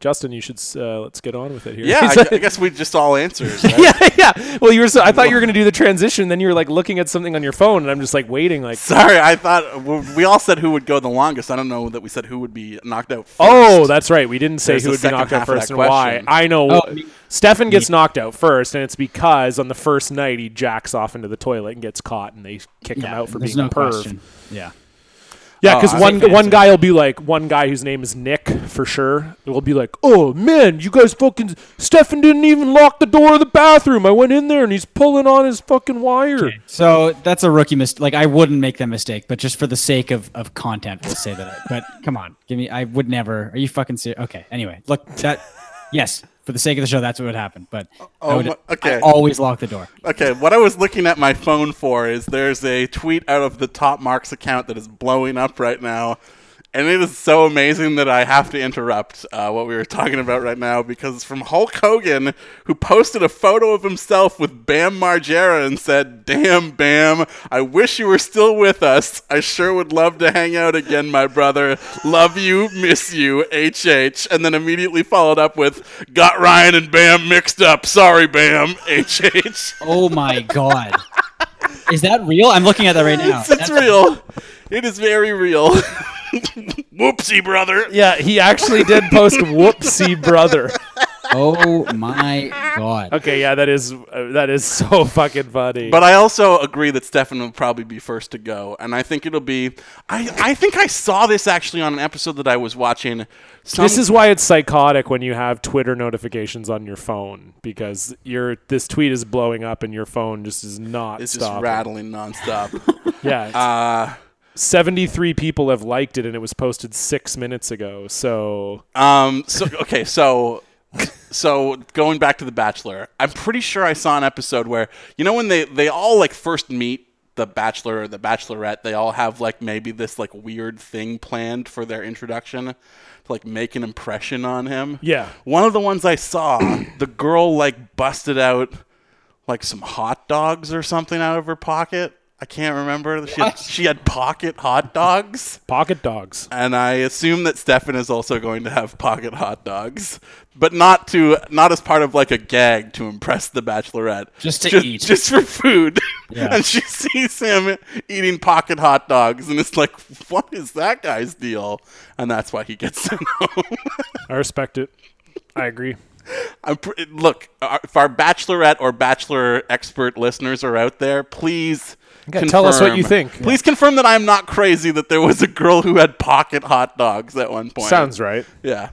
Speaker 3: Justin, you should s- uh, let's get on with it here.
Speaker 1: yeah, I, gu- I guess we just all answered. right?
Speaker 3: yeah, yeah. Well, you were. So, I thought you were going to do the transition. Then you were like looking at something on your phone, and I'm just like waiting. Like,
Speaker 1: Sorry, I thought we- we all said who would go the longest. I don't know that we said who would be knocked out. First.
Speaker 3: oh, that's right. We didn't say
Speaker 1: There's
Speaker 3: who
Speaker 1: the
Speaker 3: would be
Speaker 1: second
Speaker 3: knocked out
Speaker 1: half of
Speaker 3: first
Speaker 1: that
Speaker 3: and why.
Speaker 1: question.
Speaker 3: I know.
Speaker 2: Oh,
Speaker 3: Stefan gets knocked out first, and it's because on the first night he jacks off into the toilet and gets caught, and they kick him
Speaker 2: Yeah,
Speaker 3: out for
Speaker 2: there's
Speaker 3: being
Speaker 2: no
Speaker 3: a perv.
Speaker 2: question. Yeah.
Speaker 3: Yeah,
Speaker 1: Oh,
Speaker 3: because
Speaker 1: I
Speaker 3: one
Speaker 1: think
Speaker 3: one guy will be like one guy whose name is Nick for sure. Will be like, oh man, you guys fucking Stefan didn't even lock the door of the bathroom. I went in there and he's pulling on his fucking wire.
Speaker 2: So that's a rookie mistake. Like I wouldn't make that mistake, but just for the sake of, of content, we'll say that. I, but come on, give me. I would never. Are you fucking serious? Okay. Anyway, look that. Yes, for the sake of the show, that's what would happen. But I
Speaker 1: Oh,
Speaker 2: would
Speaker 1: my- okay.
Speaker 2: I always lock the door.
Speaker 1: Okay, what I was looking at my phone for is there's a tweet out of the Top Marks account that is blowing up right now. And it is so amazing that I have to interrupt uh, what we were talking about right now because it's from Hulk Hogan, who posted a photo of himself with Bam Margera and said, Damn, Bam, I wish you were still with us. I sure would love to hang out again, my brother. Love you, miss you, HH. And then immediately followed up with, Got Ryan and Bam mixed up. Sorry, Bam, HH.
Speaker 2: Oh my god, is that real? I'm looking at that right now.
Speaker 1: It's, it's real. It is very real. Whoopsie, brother.
Speaker 3: Yeah, he actually did post whoopsie brother.
Speaker 2: Oh my god.
Speaker 3: Okay, yeah, that is uh, that is so fucking funny.
Speaker 1: But I also agree that Stefan will probably be first to go, and I think it'll be. I I think I saw this actually on an episode that I was watching. Some,
Speaker 3: this is why it's psychotic when you have Twitter notifications on your phone because your this tweet is blowing up and your phone just is not
Speaker 1: it's just
Speaker 3: stopping.
Speaker 1: rattling nonstop.
Speaker 3: Yeah. it's-
Speaker 1: uh,
Speaker 3: 73 people have liked it and it was posted six minutes ago. So
Speaker 1: um. So okay. So. So going back to The Bachelor, I'm pretty sure I saw an episode where you know when they they all like first meet the Bachelor or the Bachelorette, they all have like maybe this like weird thing planned for their introduction to like make an impression on him.
Speaker 3: Yeah.
Speaker 1: One of the ones I saw, the girl like busted out like some hot dogs or something out of her pocket. I can't remember. She had, she had pocket hot dogs.
Speaker 3: pocket dogs.
Speaker 1: and I assume that Stefan is also going to have pocket hot dogs, but not to not as part of like a gag to impress the Bachelorette.
Speaker 2: Just to eat.
Speaker 1: just for food.
Speaker 2: Yeah.
Speaker 1: and she sees him eating pocket hot dogs, and it's like, what is that guy's deal? And that's why he gets sent home.
Speaker 3: I respect it. I agree.
Speaker 1: I'm pr- look, our- if our Bachelorette or Bachelor expert listeners are out there, please.
Speaker 3: Yeah, tell us what you
Speaker 1: confirm-
Speaker 3: think.
Speaker 1: Please confirm that I'm not crazy. That there was a girl who had pocket hot dogs at one point.
Speaker 3: Sounds right.
Speaker 1: Yeah.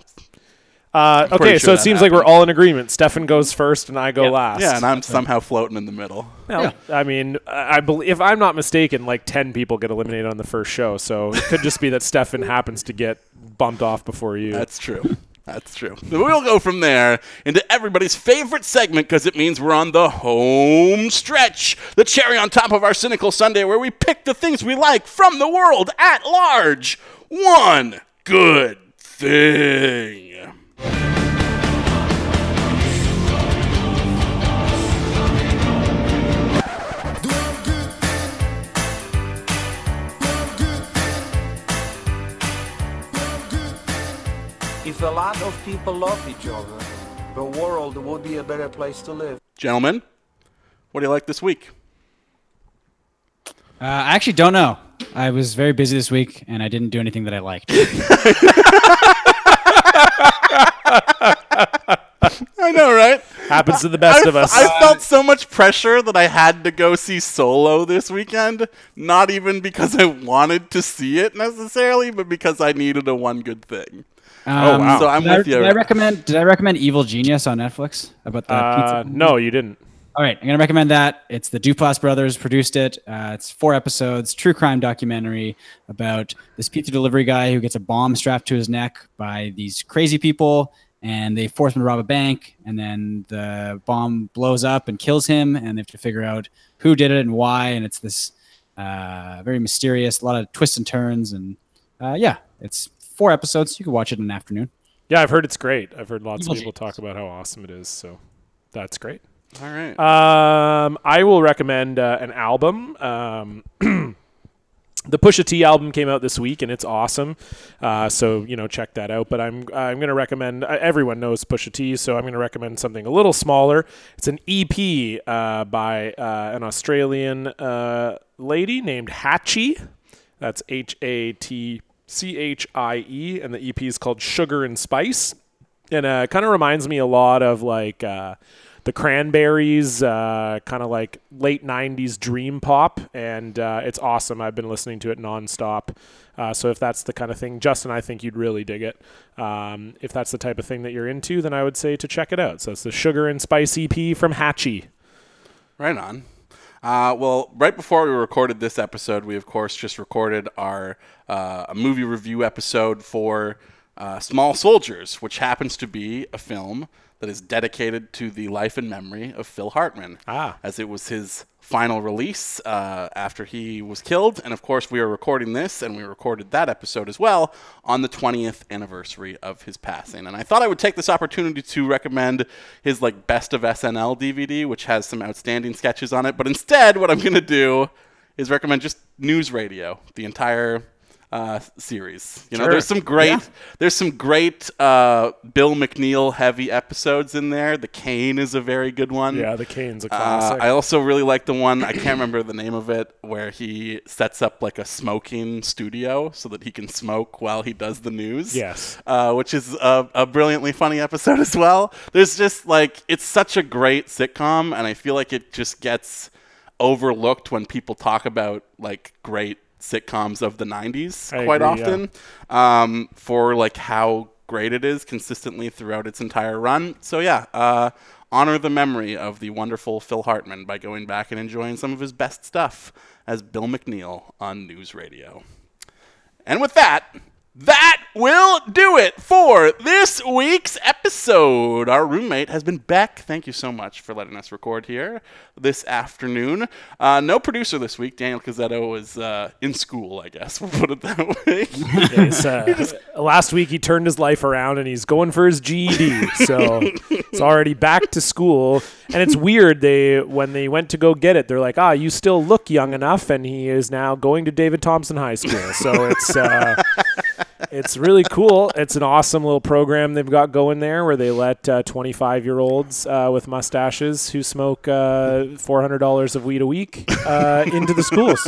Speaker 3: Uh, okay,
Speaker 1: pretty
Speaker 3: so
Speaker 1: sure
Speaker 3: it
Speaker 1: that
Speaker 3: seems like we're all in agreement. Stefan goes first and I go last.
Speaker 1: Yeah, and I'm somehow floating in the middle.
Speaker 3: Well, I mean, I I believe if I'm not mistaken, like ten people get eliminated on the first show, so it could just be that Stefan happens to get bumped off before you.
Speaker 1: That's true. That's true. We'll go from there into everybody's favorite segment because it means we're on the home stretch. The cherry on top of our cynical Sunday where we pick the things we like from the world at large. One good thing.
Speaker 10: If a lot of people love each other, the world would be a better place to live.
Speaker 1: Gentlemen, what do you like this week?
Speaker 2: Uh, I actually don't know. I was very busy this week, and I didn't do anything that I liked.
Speaker 1: Oh, I know, right?
Speaker 3: Happens to the best of us. Uh,
Speaker 1: I felt so much pressure that I had to go see Solo this weekend, not even because I wanted to see it necessarily, but because I needed a one good thing. Oh, wow. So I'm
Speaker 2: Um, did I-
Speaker 1: with you.
Speaker 2: Did I recommend? Did I recommend Evil Genius on Netflix about the
Speaker 3: Uh,
Speaker 2: pizza?
Speaker 3: no, you didn't.
Speaker 2: All right, I'm gonna recommend that. It's the Duplass brothers produced it. Uh, it's four episodes, true crime documentary about this pizza delivery guy who gets a bomb strapped to his neck by these crazy people, and they force him to rob a bank, and then the bomb blows up and kills him, and they have to figure out who did it and why, and it's this uh, very mysterious, a lot of twists and turns, and uh, yeah, it's four episodes. You can watch it in an afternoon.
Speaker 3: Yeah, I've heard it's great. I've heard lots of
Speaker 2: Evil
Speaker 3: people talk about how awesome it is. So that's great.
Speaker 1: All right.
Speaker 3: Um, I will recommend uh, an album. Um, the Pusha T album came out this week and it's awesome. Uh, so you know, check that out. But I'm I'm going to recommend. Uh, everyone knows Pusha T, so I'm going to recommend something a little smaller. It's an EP uh, by uh, an Australian uh, lady named Hatchie. That's H A T C H I E, and the EP is called Sugar and Spice. And uh, it kind of reminds me a lot of like uh, the Cranberries, uh, kind of like late 90s dream pop. And uh, it's awesome. I've been listening to it nonstop. Uh, so if that's the kind of thing, Justin, I think you'd really dig it. Um, if that's the type of thing that you're into, then I would say to check it out. So it's the Sugar and Spice EP from Hatchie.
Speaker 1: Right on. Uh, well, right before we recorded this episode, we of course just recorded our uh, a movie review episode for uh, Small Soldiers, which happens to be a film that is dedicated to the life and memory of Phil Hartman, ah. as it was his final release uh, after he was killed. And of course, we are recording this, and we recorded that episode as well on the 20th anniversary of his passing. And I thought I would take this opportunity to recommend his like best of SNL DVD, which has some outstanding sketches on it. But instead, what I'm going to do is recommend just News Radio, the entire uh, series. You know,
Speaker 3: Sure.
Speaker 1: there's some great
Speaker 3: Yeah.
Speaker 1: there's some great uh, Bill McNeil heavy episodes in there. The Cane is a very good one.
Speaker 3: Yeah, The Cane's a
Speaker 1: Uh,
Speaker 3: classic.
Speaker 1: I also really like the one I can't remember the name of it, where he sets up like a smoking studio so that he can smoke while he does the news.
Speaker 3: Yes.
Speaker 1: uh, which is a, a brilliantly funny episode as well. There's just like it's such a great sitcom, and I feel like it just gets overlooked when people talk about like great sitcoms of the 90s
Speaker 3: I
Speaker 1: quite
Speaker 3: agree, yeah.
Speaker 1: often um, for like how great it is consistently throughout its entire run. So yeah, uh, honor the memory of the wonderful Phil Hartman by going back and enjoying some of his best stuff as Bill McNeil on News Radio. And with that, that will do it for this week's episode. Our roommate has been Beck. Thank you so much for letting us record here this afternoon. Uh, no producer this week. Daniel Cazzetto was uh, in school, I guess. We'll put it that way.
Speaker 3: It's, uh, last week he turned his life around and he's going for his GED. So it's already back to school, and it's weird. They when they went to go get it, they're like, "Ah, you still look young enough," and he is now going to David Thompson High School. So it's. Uh, it's really cool. It's an awesome little program they've got going there where they let 25 year olds uh, with mustaches who smoke uh, $400 of weed a week uh, into the schools.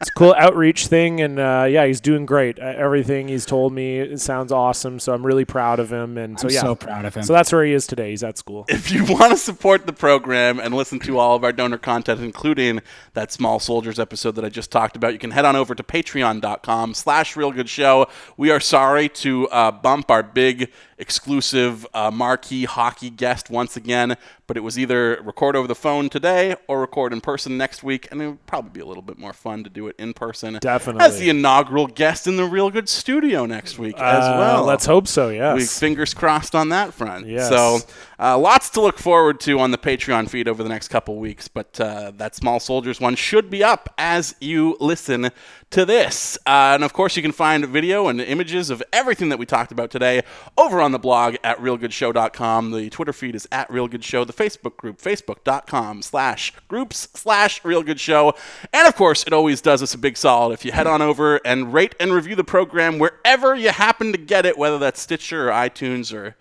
Speaker 3: It's a cool outreach thing. And uh, yeah, he's doing great. Uh, everything he's told me it sounds awesome. So I'm really proud of him. And so,
Speaker 2: I'm
Speaker 3: yeah.
Speaker 2: so proud of him.
Speaker 3: So that's where he is today. He's at school.
Speaker 1: if you want to support the program and listen to all of our donor content including that small soldiers episode that i just talked about you can head on over to patreon.com slash real good show we are sorry to uh, bump our big exclusive uh, marquee hockey guest once again but it was either record over the phone today or record in person next week and it would probably be a little bit more fun to do it in person
Speaker 3: Definitely.
Speaker 1: as the inaugural guest in the real good studio next week as
Speaker 3: Uh,
Speaker 1: well
Speaker 3: Let's hope so.
Speaker 1: we
Speaker 3: Yes.
Speaker 1: fingers crossed on that front.
Speaker 3: Yes.
Speaker 1: So, uh, lots to look forward to on the Patreon feed over the next couple weeks, but uh, that Small Soldiers one should be up as you listen to this. Uh, and of course, you can find video and images of everything that we talked about today over on the blog at realgoodshow.com. The Twitter feed is at realgoodshow. The Facebook group, facebook.com slash groups slash realgoodshow. And of course, it always does us a big solid if you head on over and rate and review the program wherever you happen to get it, whether that's Stitcher or iTunes or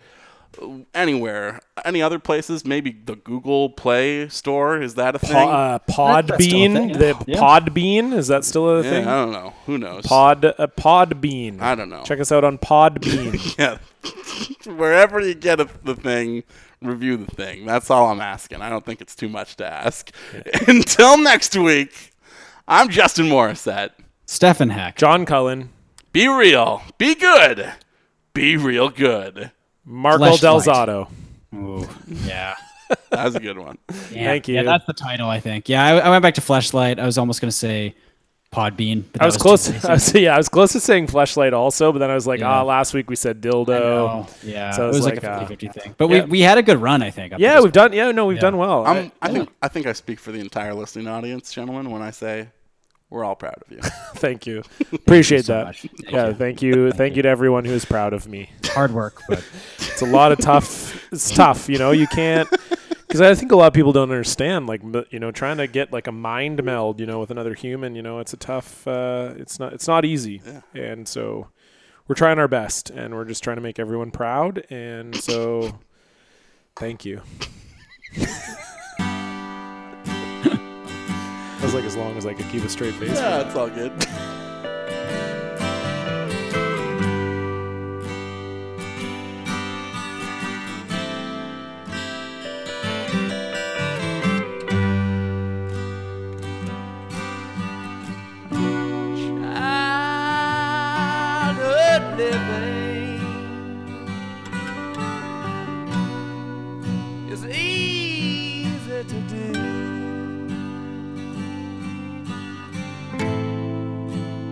Speaker 1: anywhere, any other places, maybe the Google Play Store. Is that a thing?
Speaker 3: Po- uh, Podbean. The Podbean. Is that still a
Speaker 1: Yeah,
Speaker 3: thing?
Speaker 1: I don't know. Who knows?
Speaker 3: Pod uh, Podbean.
Speaker 1: I don't know.
Speaker 3: Check us out on Podbean.
Speaker 1: yeah. Wherever you get a, the thing, review the thing. That's all I'm asking. I don't think it's too much to ask. Until next week, I'm Justin Morissette.
Speaker 2: Stefan Hack.
Speaker 3: John Cullen.
Speaker 1: Be real. Be good. Be real good.
Speaker 3: Marco Del Zotto.
Speaker 2: yeah.
Speaker 1: that was a good one.
Speaker 2: Yeah. Yeah, that's the title, I think. Yeah, I, I went back to Fleshlight. I was almost going to say Podbean. but
Speaker 3: I
Speaker 2: that
Speaker 3: was
Speaker 2: too
Speaker 3: close.
Speaker 2: easy.
Speaker 3: I was, yeah, I was close to saying flashlight also, but then I was like, ah, last week we said dildo.
Speaker 2: Yeah,
Speaker 3: so I
Speaker 2: it
Speaker 3: was
Speaker 2: was
Speaker 3: like,
Speaker 2: like a
Speaker 3: ah.
Speaker 2: 50-50 thing. But
Speaker 3: Yeah.
Speaker 2: we, we had a good run, I think. up to
Speaker 3: Yeah,
Speaker 2: this
Speaker 3: we've done. Yeah, no, we've
Speaker 2: Yeah.
Speaker 3: done well.
Speaker 1: I'm, I think I think I speak for the entire listening audience, gentlemen, when I say we're all proud of you.
Speaker 3: thank you. Appreciate
Speaker 1: so
Speaker 3: that.
Speaker 1: much. Thank
Speaker 3: yeah,
Speaker 1: you.
Speaker 3: thank you. Thank you to everyone who is proud of me.
Speaker 2: Hard work, but
Speaker 3: it's a lot of tough. It's tough, you know. You can't because I think a lot of people don't understand. Like, m- you know, trying to get like a mind meld, you know, with another human. You know, it's a tough. Uh, it's not. It's not easy. And so, we're trying our best, and we're just trying to make everyone proud. And so, thank you. that was like as long as I could keep a straight face.
Speaker 1: yeah, it's all good.
Speaker 11: childhood living is easy to do.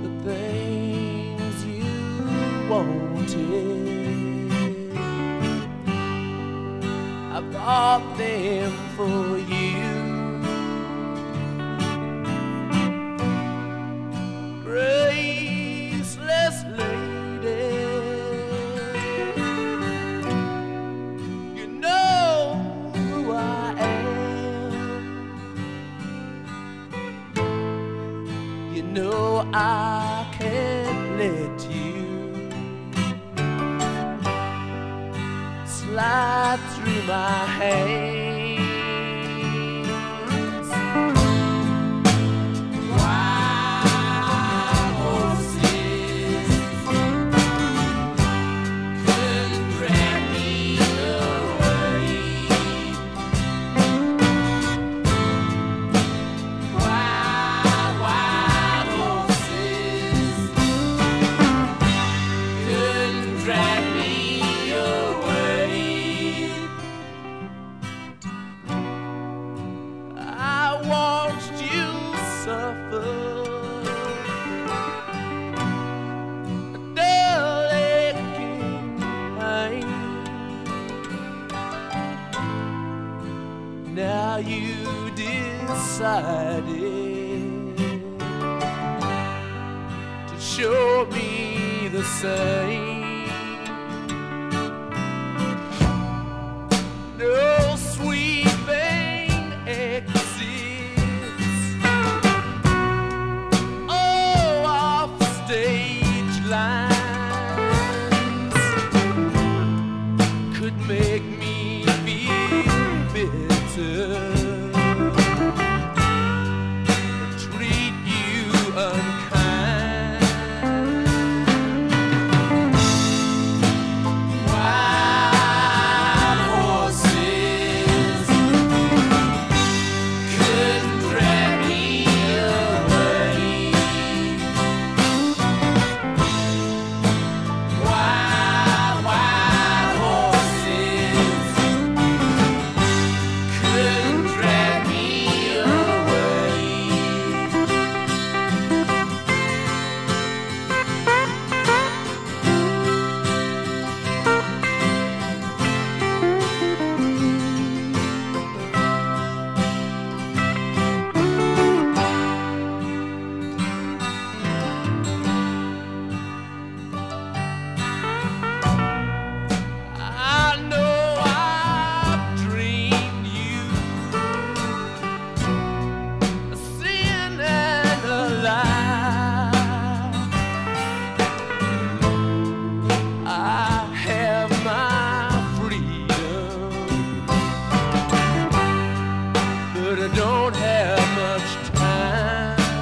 Speaker 11: The things you wanted, I bought them for you. graceless lady. You know who I am. You know I can't let you slide through my hands. I watched you suffer a dull aching pain. Now you decided to show me the same. No sweet thing exists. Oh, off the stage lines could make me feel bitter. Treat you unkind. Wild horses couldn't drag me away. Wild, wild horses couldn't drag me away. I know I've dreamed you a sin and a lie. I have my freedom, but I don't have much time.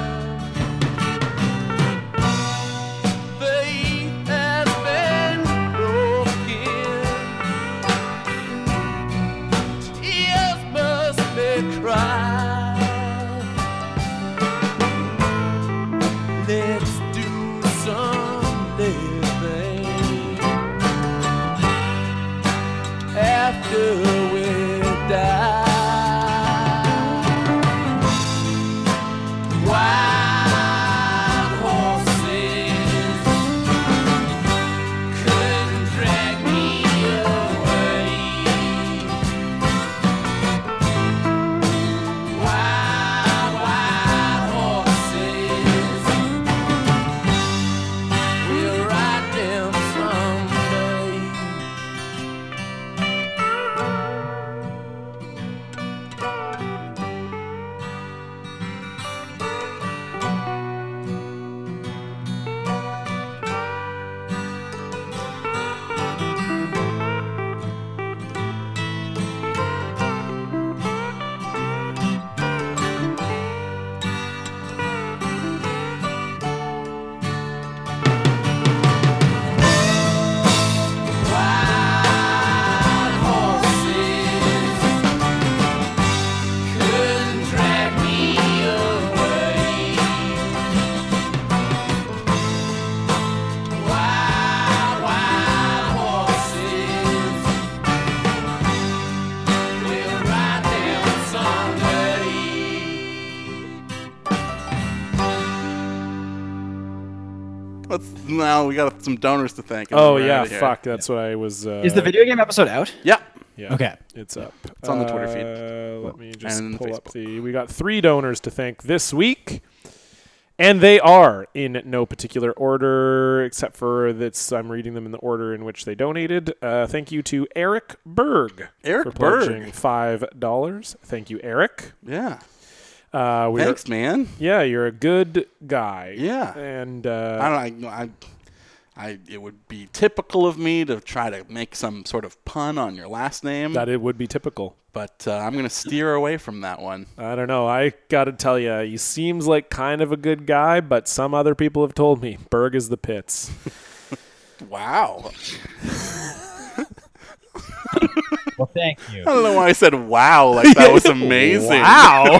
Speaker 11: Faith has been broken. Tears must be cried. Let's do some living.
Speaker 1: Let's no, we got some donors to thank. and
Speaker 3: Oh
Speaker 1: we're
Speaker 3: yeah,
Speaker 1: outta here.
Speaker 3: fuck. That's what I was. Uh,
Speaker 2: Is the video game episode out?
Speaker 1: Yeah.
Speaker 3: Yeah.
Speaker 2: Okay.
Speaker 3: It's up.
Speaker 1: It's on the Twitter feed.
Speaker 3: Uh, let me just
Speaker 1: And
Speaker 3: pull up the. We got three donors to thank this week, and they are in no particular order, except for that's. I'm reading them in the order in which they donated. Uh, thank you to Eric Berg.
Speaker 1: Eric
Speaker 3: for
Speaker 1: Berg.
Speaker 3: pledging five dollars. Thank you, Eric.
Speaker 1: Yeah.
Speaker 3: Uh, we
Speaker 1: Thanks, man.
Speaker 3: Yeah, you're a good guy.
Speaker 1: Yeah.
Speaker 3: And uh,
Speaker 1: I don't. know, I, I, I. It would be typical of me to try to make some sort of pun on your last name.
Speaker 3: That it would be typical.
Speaker 1: But uh, I'm going to steer away from that one.
Speaker 3: I don't know. I got to tell you, he seems like kind of a good guy, but some other people have told me Berg is the pits.
Speaker 1: Wow.
Speaker 2: Well, thank you.
Speaker 1: I don't know why I said wow like that was amazing.
Speaker 2: Wow.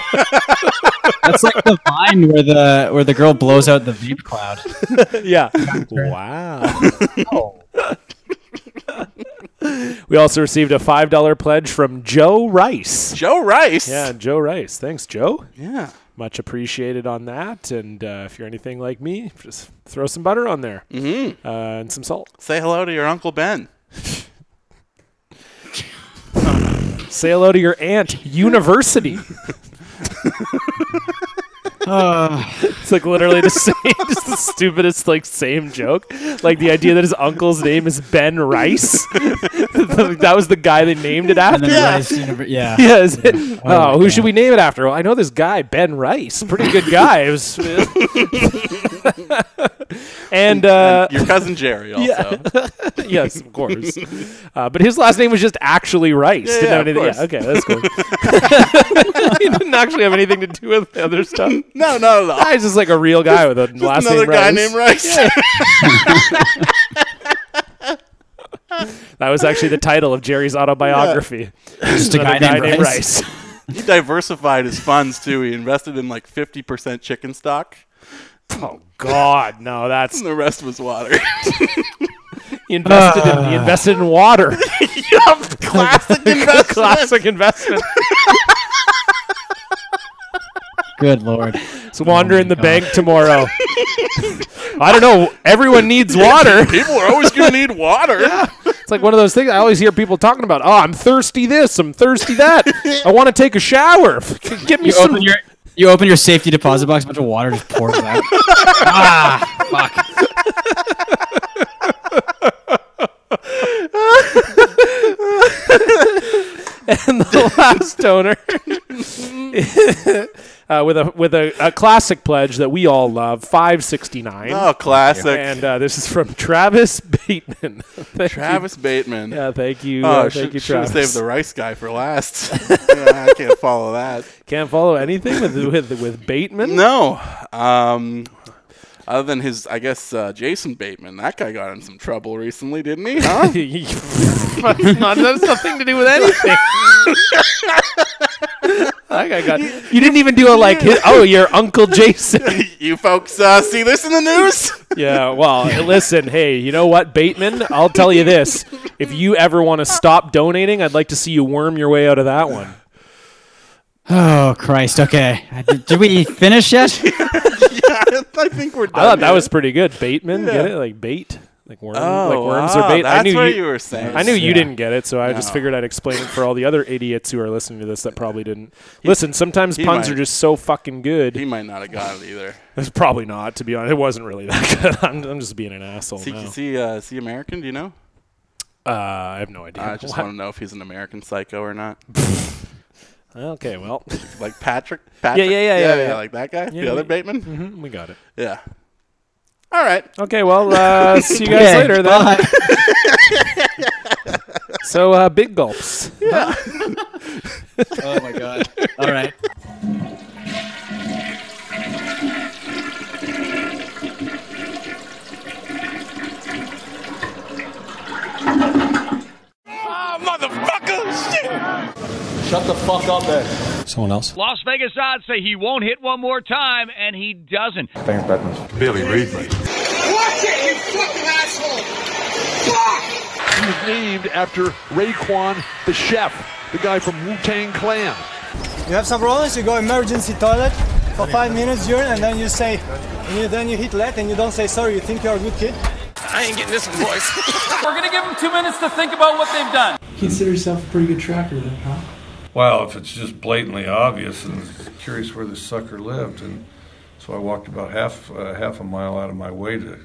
Speaker 2: That's like the vine where the where the girl blows out the vape cloud.
Speaker 3: yeah. wow. we also received a $5 pledge from Joe Rice.
Speaker 1: Joe Rice.
Speaker 3: Yeah, Joe Rice. Thanks, Joe.
Speaker 1: Yeah.
Speaker 3: Much appreciated on that. And uh, if you're anything like me, just throw some butter on there mm-hmm. uh, and some salt.
Speaker 1: Say hello to your uncle Ben.
Speaker 3: Say hello to your aunt, University. it's like literally the same, just the stupidest, like same joke. Like the idea that his uncle's name is Ben Rice. that was the guy they named it after.
Speaker 2: then Rice Univer- yeah.
Speaker 3: Yeah. is it-
Speaker 2: Oh,
Speaker 3: oh, who should we name it after? Well, I know this guy, Ben Rice. Pretty good guy. It was- and uh,
Speaker 1: your cousin Jerry also.
Speaker 3: Yeah. yes, of course. Uh, but his last name was just actually Rice.
Speaker 1: Yeah,
Speaker 3: Didn't
Speaker 1: yeah, of
Speaker 3: have anything-
Speaker 1: course.
Speaker 3: okay, that's cool. he didn't actually have anything to do with the other stuff.
Speaker 1: No, no, no.
Speaker 3: Guy's just like a real guy with a last
Speaker 1: another
Speaker 3: name
Speaker 1: guy
Speaker 3: Rice.
Speaker 1: named Rice.
Speaker 3: that was actually the title of Jerry's autobiography.
Speaker 2: Just a
Speaker 3: Another
Speaker 2: guy named Rice.
Speaker 1: he diversified his funds too. He invested in like 50% chicken stock.
Speaker 3: Oh God, no, that's
Speaker 1: and the rest was water.
Speaker 3: He invested in he invested in water.
Speaker 1: yup, classic investment.
Speaker 3: Classic investment.
Speaker 2: Good lord.
Speaker 3: It's wander
Speaker 2: Oh
Speaker 3: in the
Speaker 2: my
Speaker 3: bank tomorrow. I don't know. Everyone needs water.
Speaker 1: People are always going to need water.
Speaker 3: It's like one of those things I always hear people talking about. Oh, I'm thirsty this, I'm thirsty that. I want to take a shower. Give me
Speaker 2: You
Speaker 3: some.
Speaker 2: open your you open your safety deposit box, a bunch of water just pours out. ah, fuck.
Speaker 3: and the last donor uh, with a with a, a classic pledge that we all love, five sixty nine.
Speaker 1: Oh, classic.
Speaker 3: And uh, this is from Travis Bateman. Thank you.
Speaker 1: Travis Bateman.
Speaker 3: Yeah, thank you.
Speaker 1: Oh,
Speaker 3: uh,
Speaker 1: should,
Speaker 3: thank you,
Speaker 1: should have
Speaker 3: Travis.
Speaker 1: saved the rice guy for last. Yeah, I can't follow that.
Speaker 3: Can't follow anything with with with Bateman.
Speaker 1: No. Um, other than his, I guess, uh, Jason Bateman. That guy got in some trouble recently, didn't he? Huh?
Speaker 3: Not- that's nothing to do with anything. That guy got- you didn't even do a like. hit- oh, your uncle Jason.
Speaker 1: you folks uh, see this in the news?
Speaker 3: yeah. Well, listen. Hey, you know what, Bateman? I'll tell you this. If you ever want to stop donating, I'd like to see you worm your way out of that one.
Speaker 2: Oh Christ. Okay. I- Did, did we finish yet?
Speaker 1: yeah, I think we're done.
Speaker 3: I thought that
Speaker 1: here.
Speaker 3: was pretty good. Bateman, get it? Like bait, like worm, like worms
Speaker 1: Oh,
Speaker 3: or bait.
Speaker 1: that's
Speaker 3: I knew
Speaker 1: what you were saying.
Speaker 3: I knew you
Speaker 2: Yeah.
Speaker 3: didn't get it, so I just
Speaker 1: No.
Speaker 3: figured I'd explain it for all the other idiots who are listening to this that probably didn't. Listen, sometimes
Speaker 1: he
Speaker 3: puns
Speaker 1: might-
Speaker 3: are just so fucking good.
Speaker 1: He might not have got it either.
Speaker 3: It's probably not, to be honest. It wasn't really that good. I'm, I'm just being an asshole
Speaker 1: See,
Speaker 3: now.
Speaker 1: see, uh, see, American? Do you know?
Speaker 3: Uh, I have no idea.
Speaker 1: I just
Speaker 3: What?
Speaker 1: want to know if he's an American psycho or not.
Speaker 3: Okay, well,
Speaker 1: like Patrick. Patrick?
Speaker 3: yeah, yeah, yeah, yeah.
Speaker 1: Like that guy,
Speaker 3: Yeah,
Speaker 1: the other
Speaker 3: we-
Speaker 1: Bateman.
Speaker 3: mhm, we got it.
Speaker 1: Yeah. All right.
Speaker 3: Okay, well, uh, see you guys
Speaker 2: Okay,
Speaker 3: later then. so, uh, big gulps.
Speaker 2: Oh my god. All right.
Speaker 12: Someone else.
Speaker 13: Las Vegas odds say he won't hit one more time, and he doesn't.
Speaker 12: Thanks, Batman. Billy, read me.
Speaker 11: Watch it, you fucking asshole! Fuck!
Speaker 14: He's named after Raekwon the Chef, the guy from Wu Tang Clan.
Speaker 15: You have some problems, you go emergency toilet for five minutes urine, and then you say,
Speaker 2: and you, then you hit late and you don't say sorry. You think you're a good kid?
Speaker 3: I ain't getting this one, boys. We're gonna give them two minutes to think about what they've done.
Speaker 2: Consider yourself a pretty good tracker, then, huh?
Speaker 16: Well, if it's just blatantly obvious, and curious where this sucker lived, and so I walked about half uh, half a mile out of my way to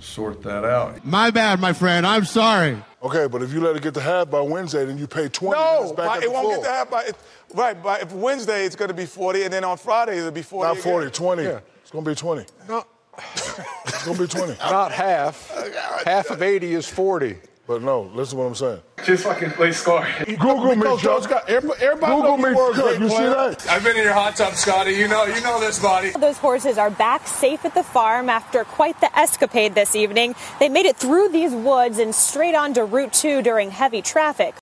Speaker 16: sort that out.
Speaker 5: My bad, my friend. I'm sorry.
Speaker 17: Okay, but if you let it get to half by Wednesday, then you pay 20 minutes
Speaker 18: No,
Speaker 17: back
Speaker 18: by-
Speaker 17: at
Speaker 18: it
Speaker 17: the
Speaker 18: won't
Speaker 17: full.
Speaker 18: get to half by it, right. By if Wednesday, it's going to be forty, and then on Friday it'll be forty.
Speaker 17: Not
Speaker 18: again.
Speaker 17: 40, 20.
Speaker 18: Yeah.
Speaker 17: It's going to be 20.
Speaker 18: No.
Speaker 17: It's going to be 20.
Speaker 19: Not half. Half of 80 is 40.
Speaker 17: But no, listen to what I'm saying.
Speaker 19: Just fucking play score.
Speaker 17: Google me, Joe.
Speaker 18: everybody know
Speaker 17: Google
Speaker 18: you
Speaker 17: me,
Speaker 18: were a great
Speaker 17: You see
Speaker 18: player.
Speaker 17: that?
Speaker 18: I've been in your hot tub, Scotty. You know, you know this, buddy.
Speaker 6: Those horses are back safe at the farm after quite the escapade this evening. They made it through these woods and straight onto Route 2 during heavy traffic.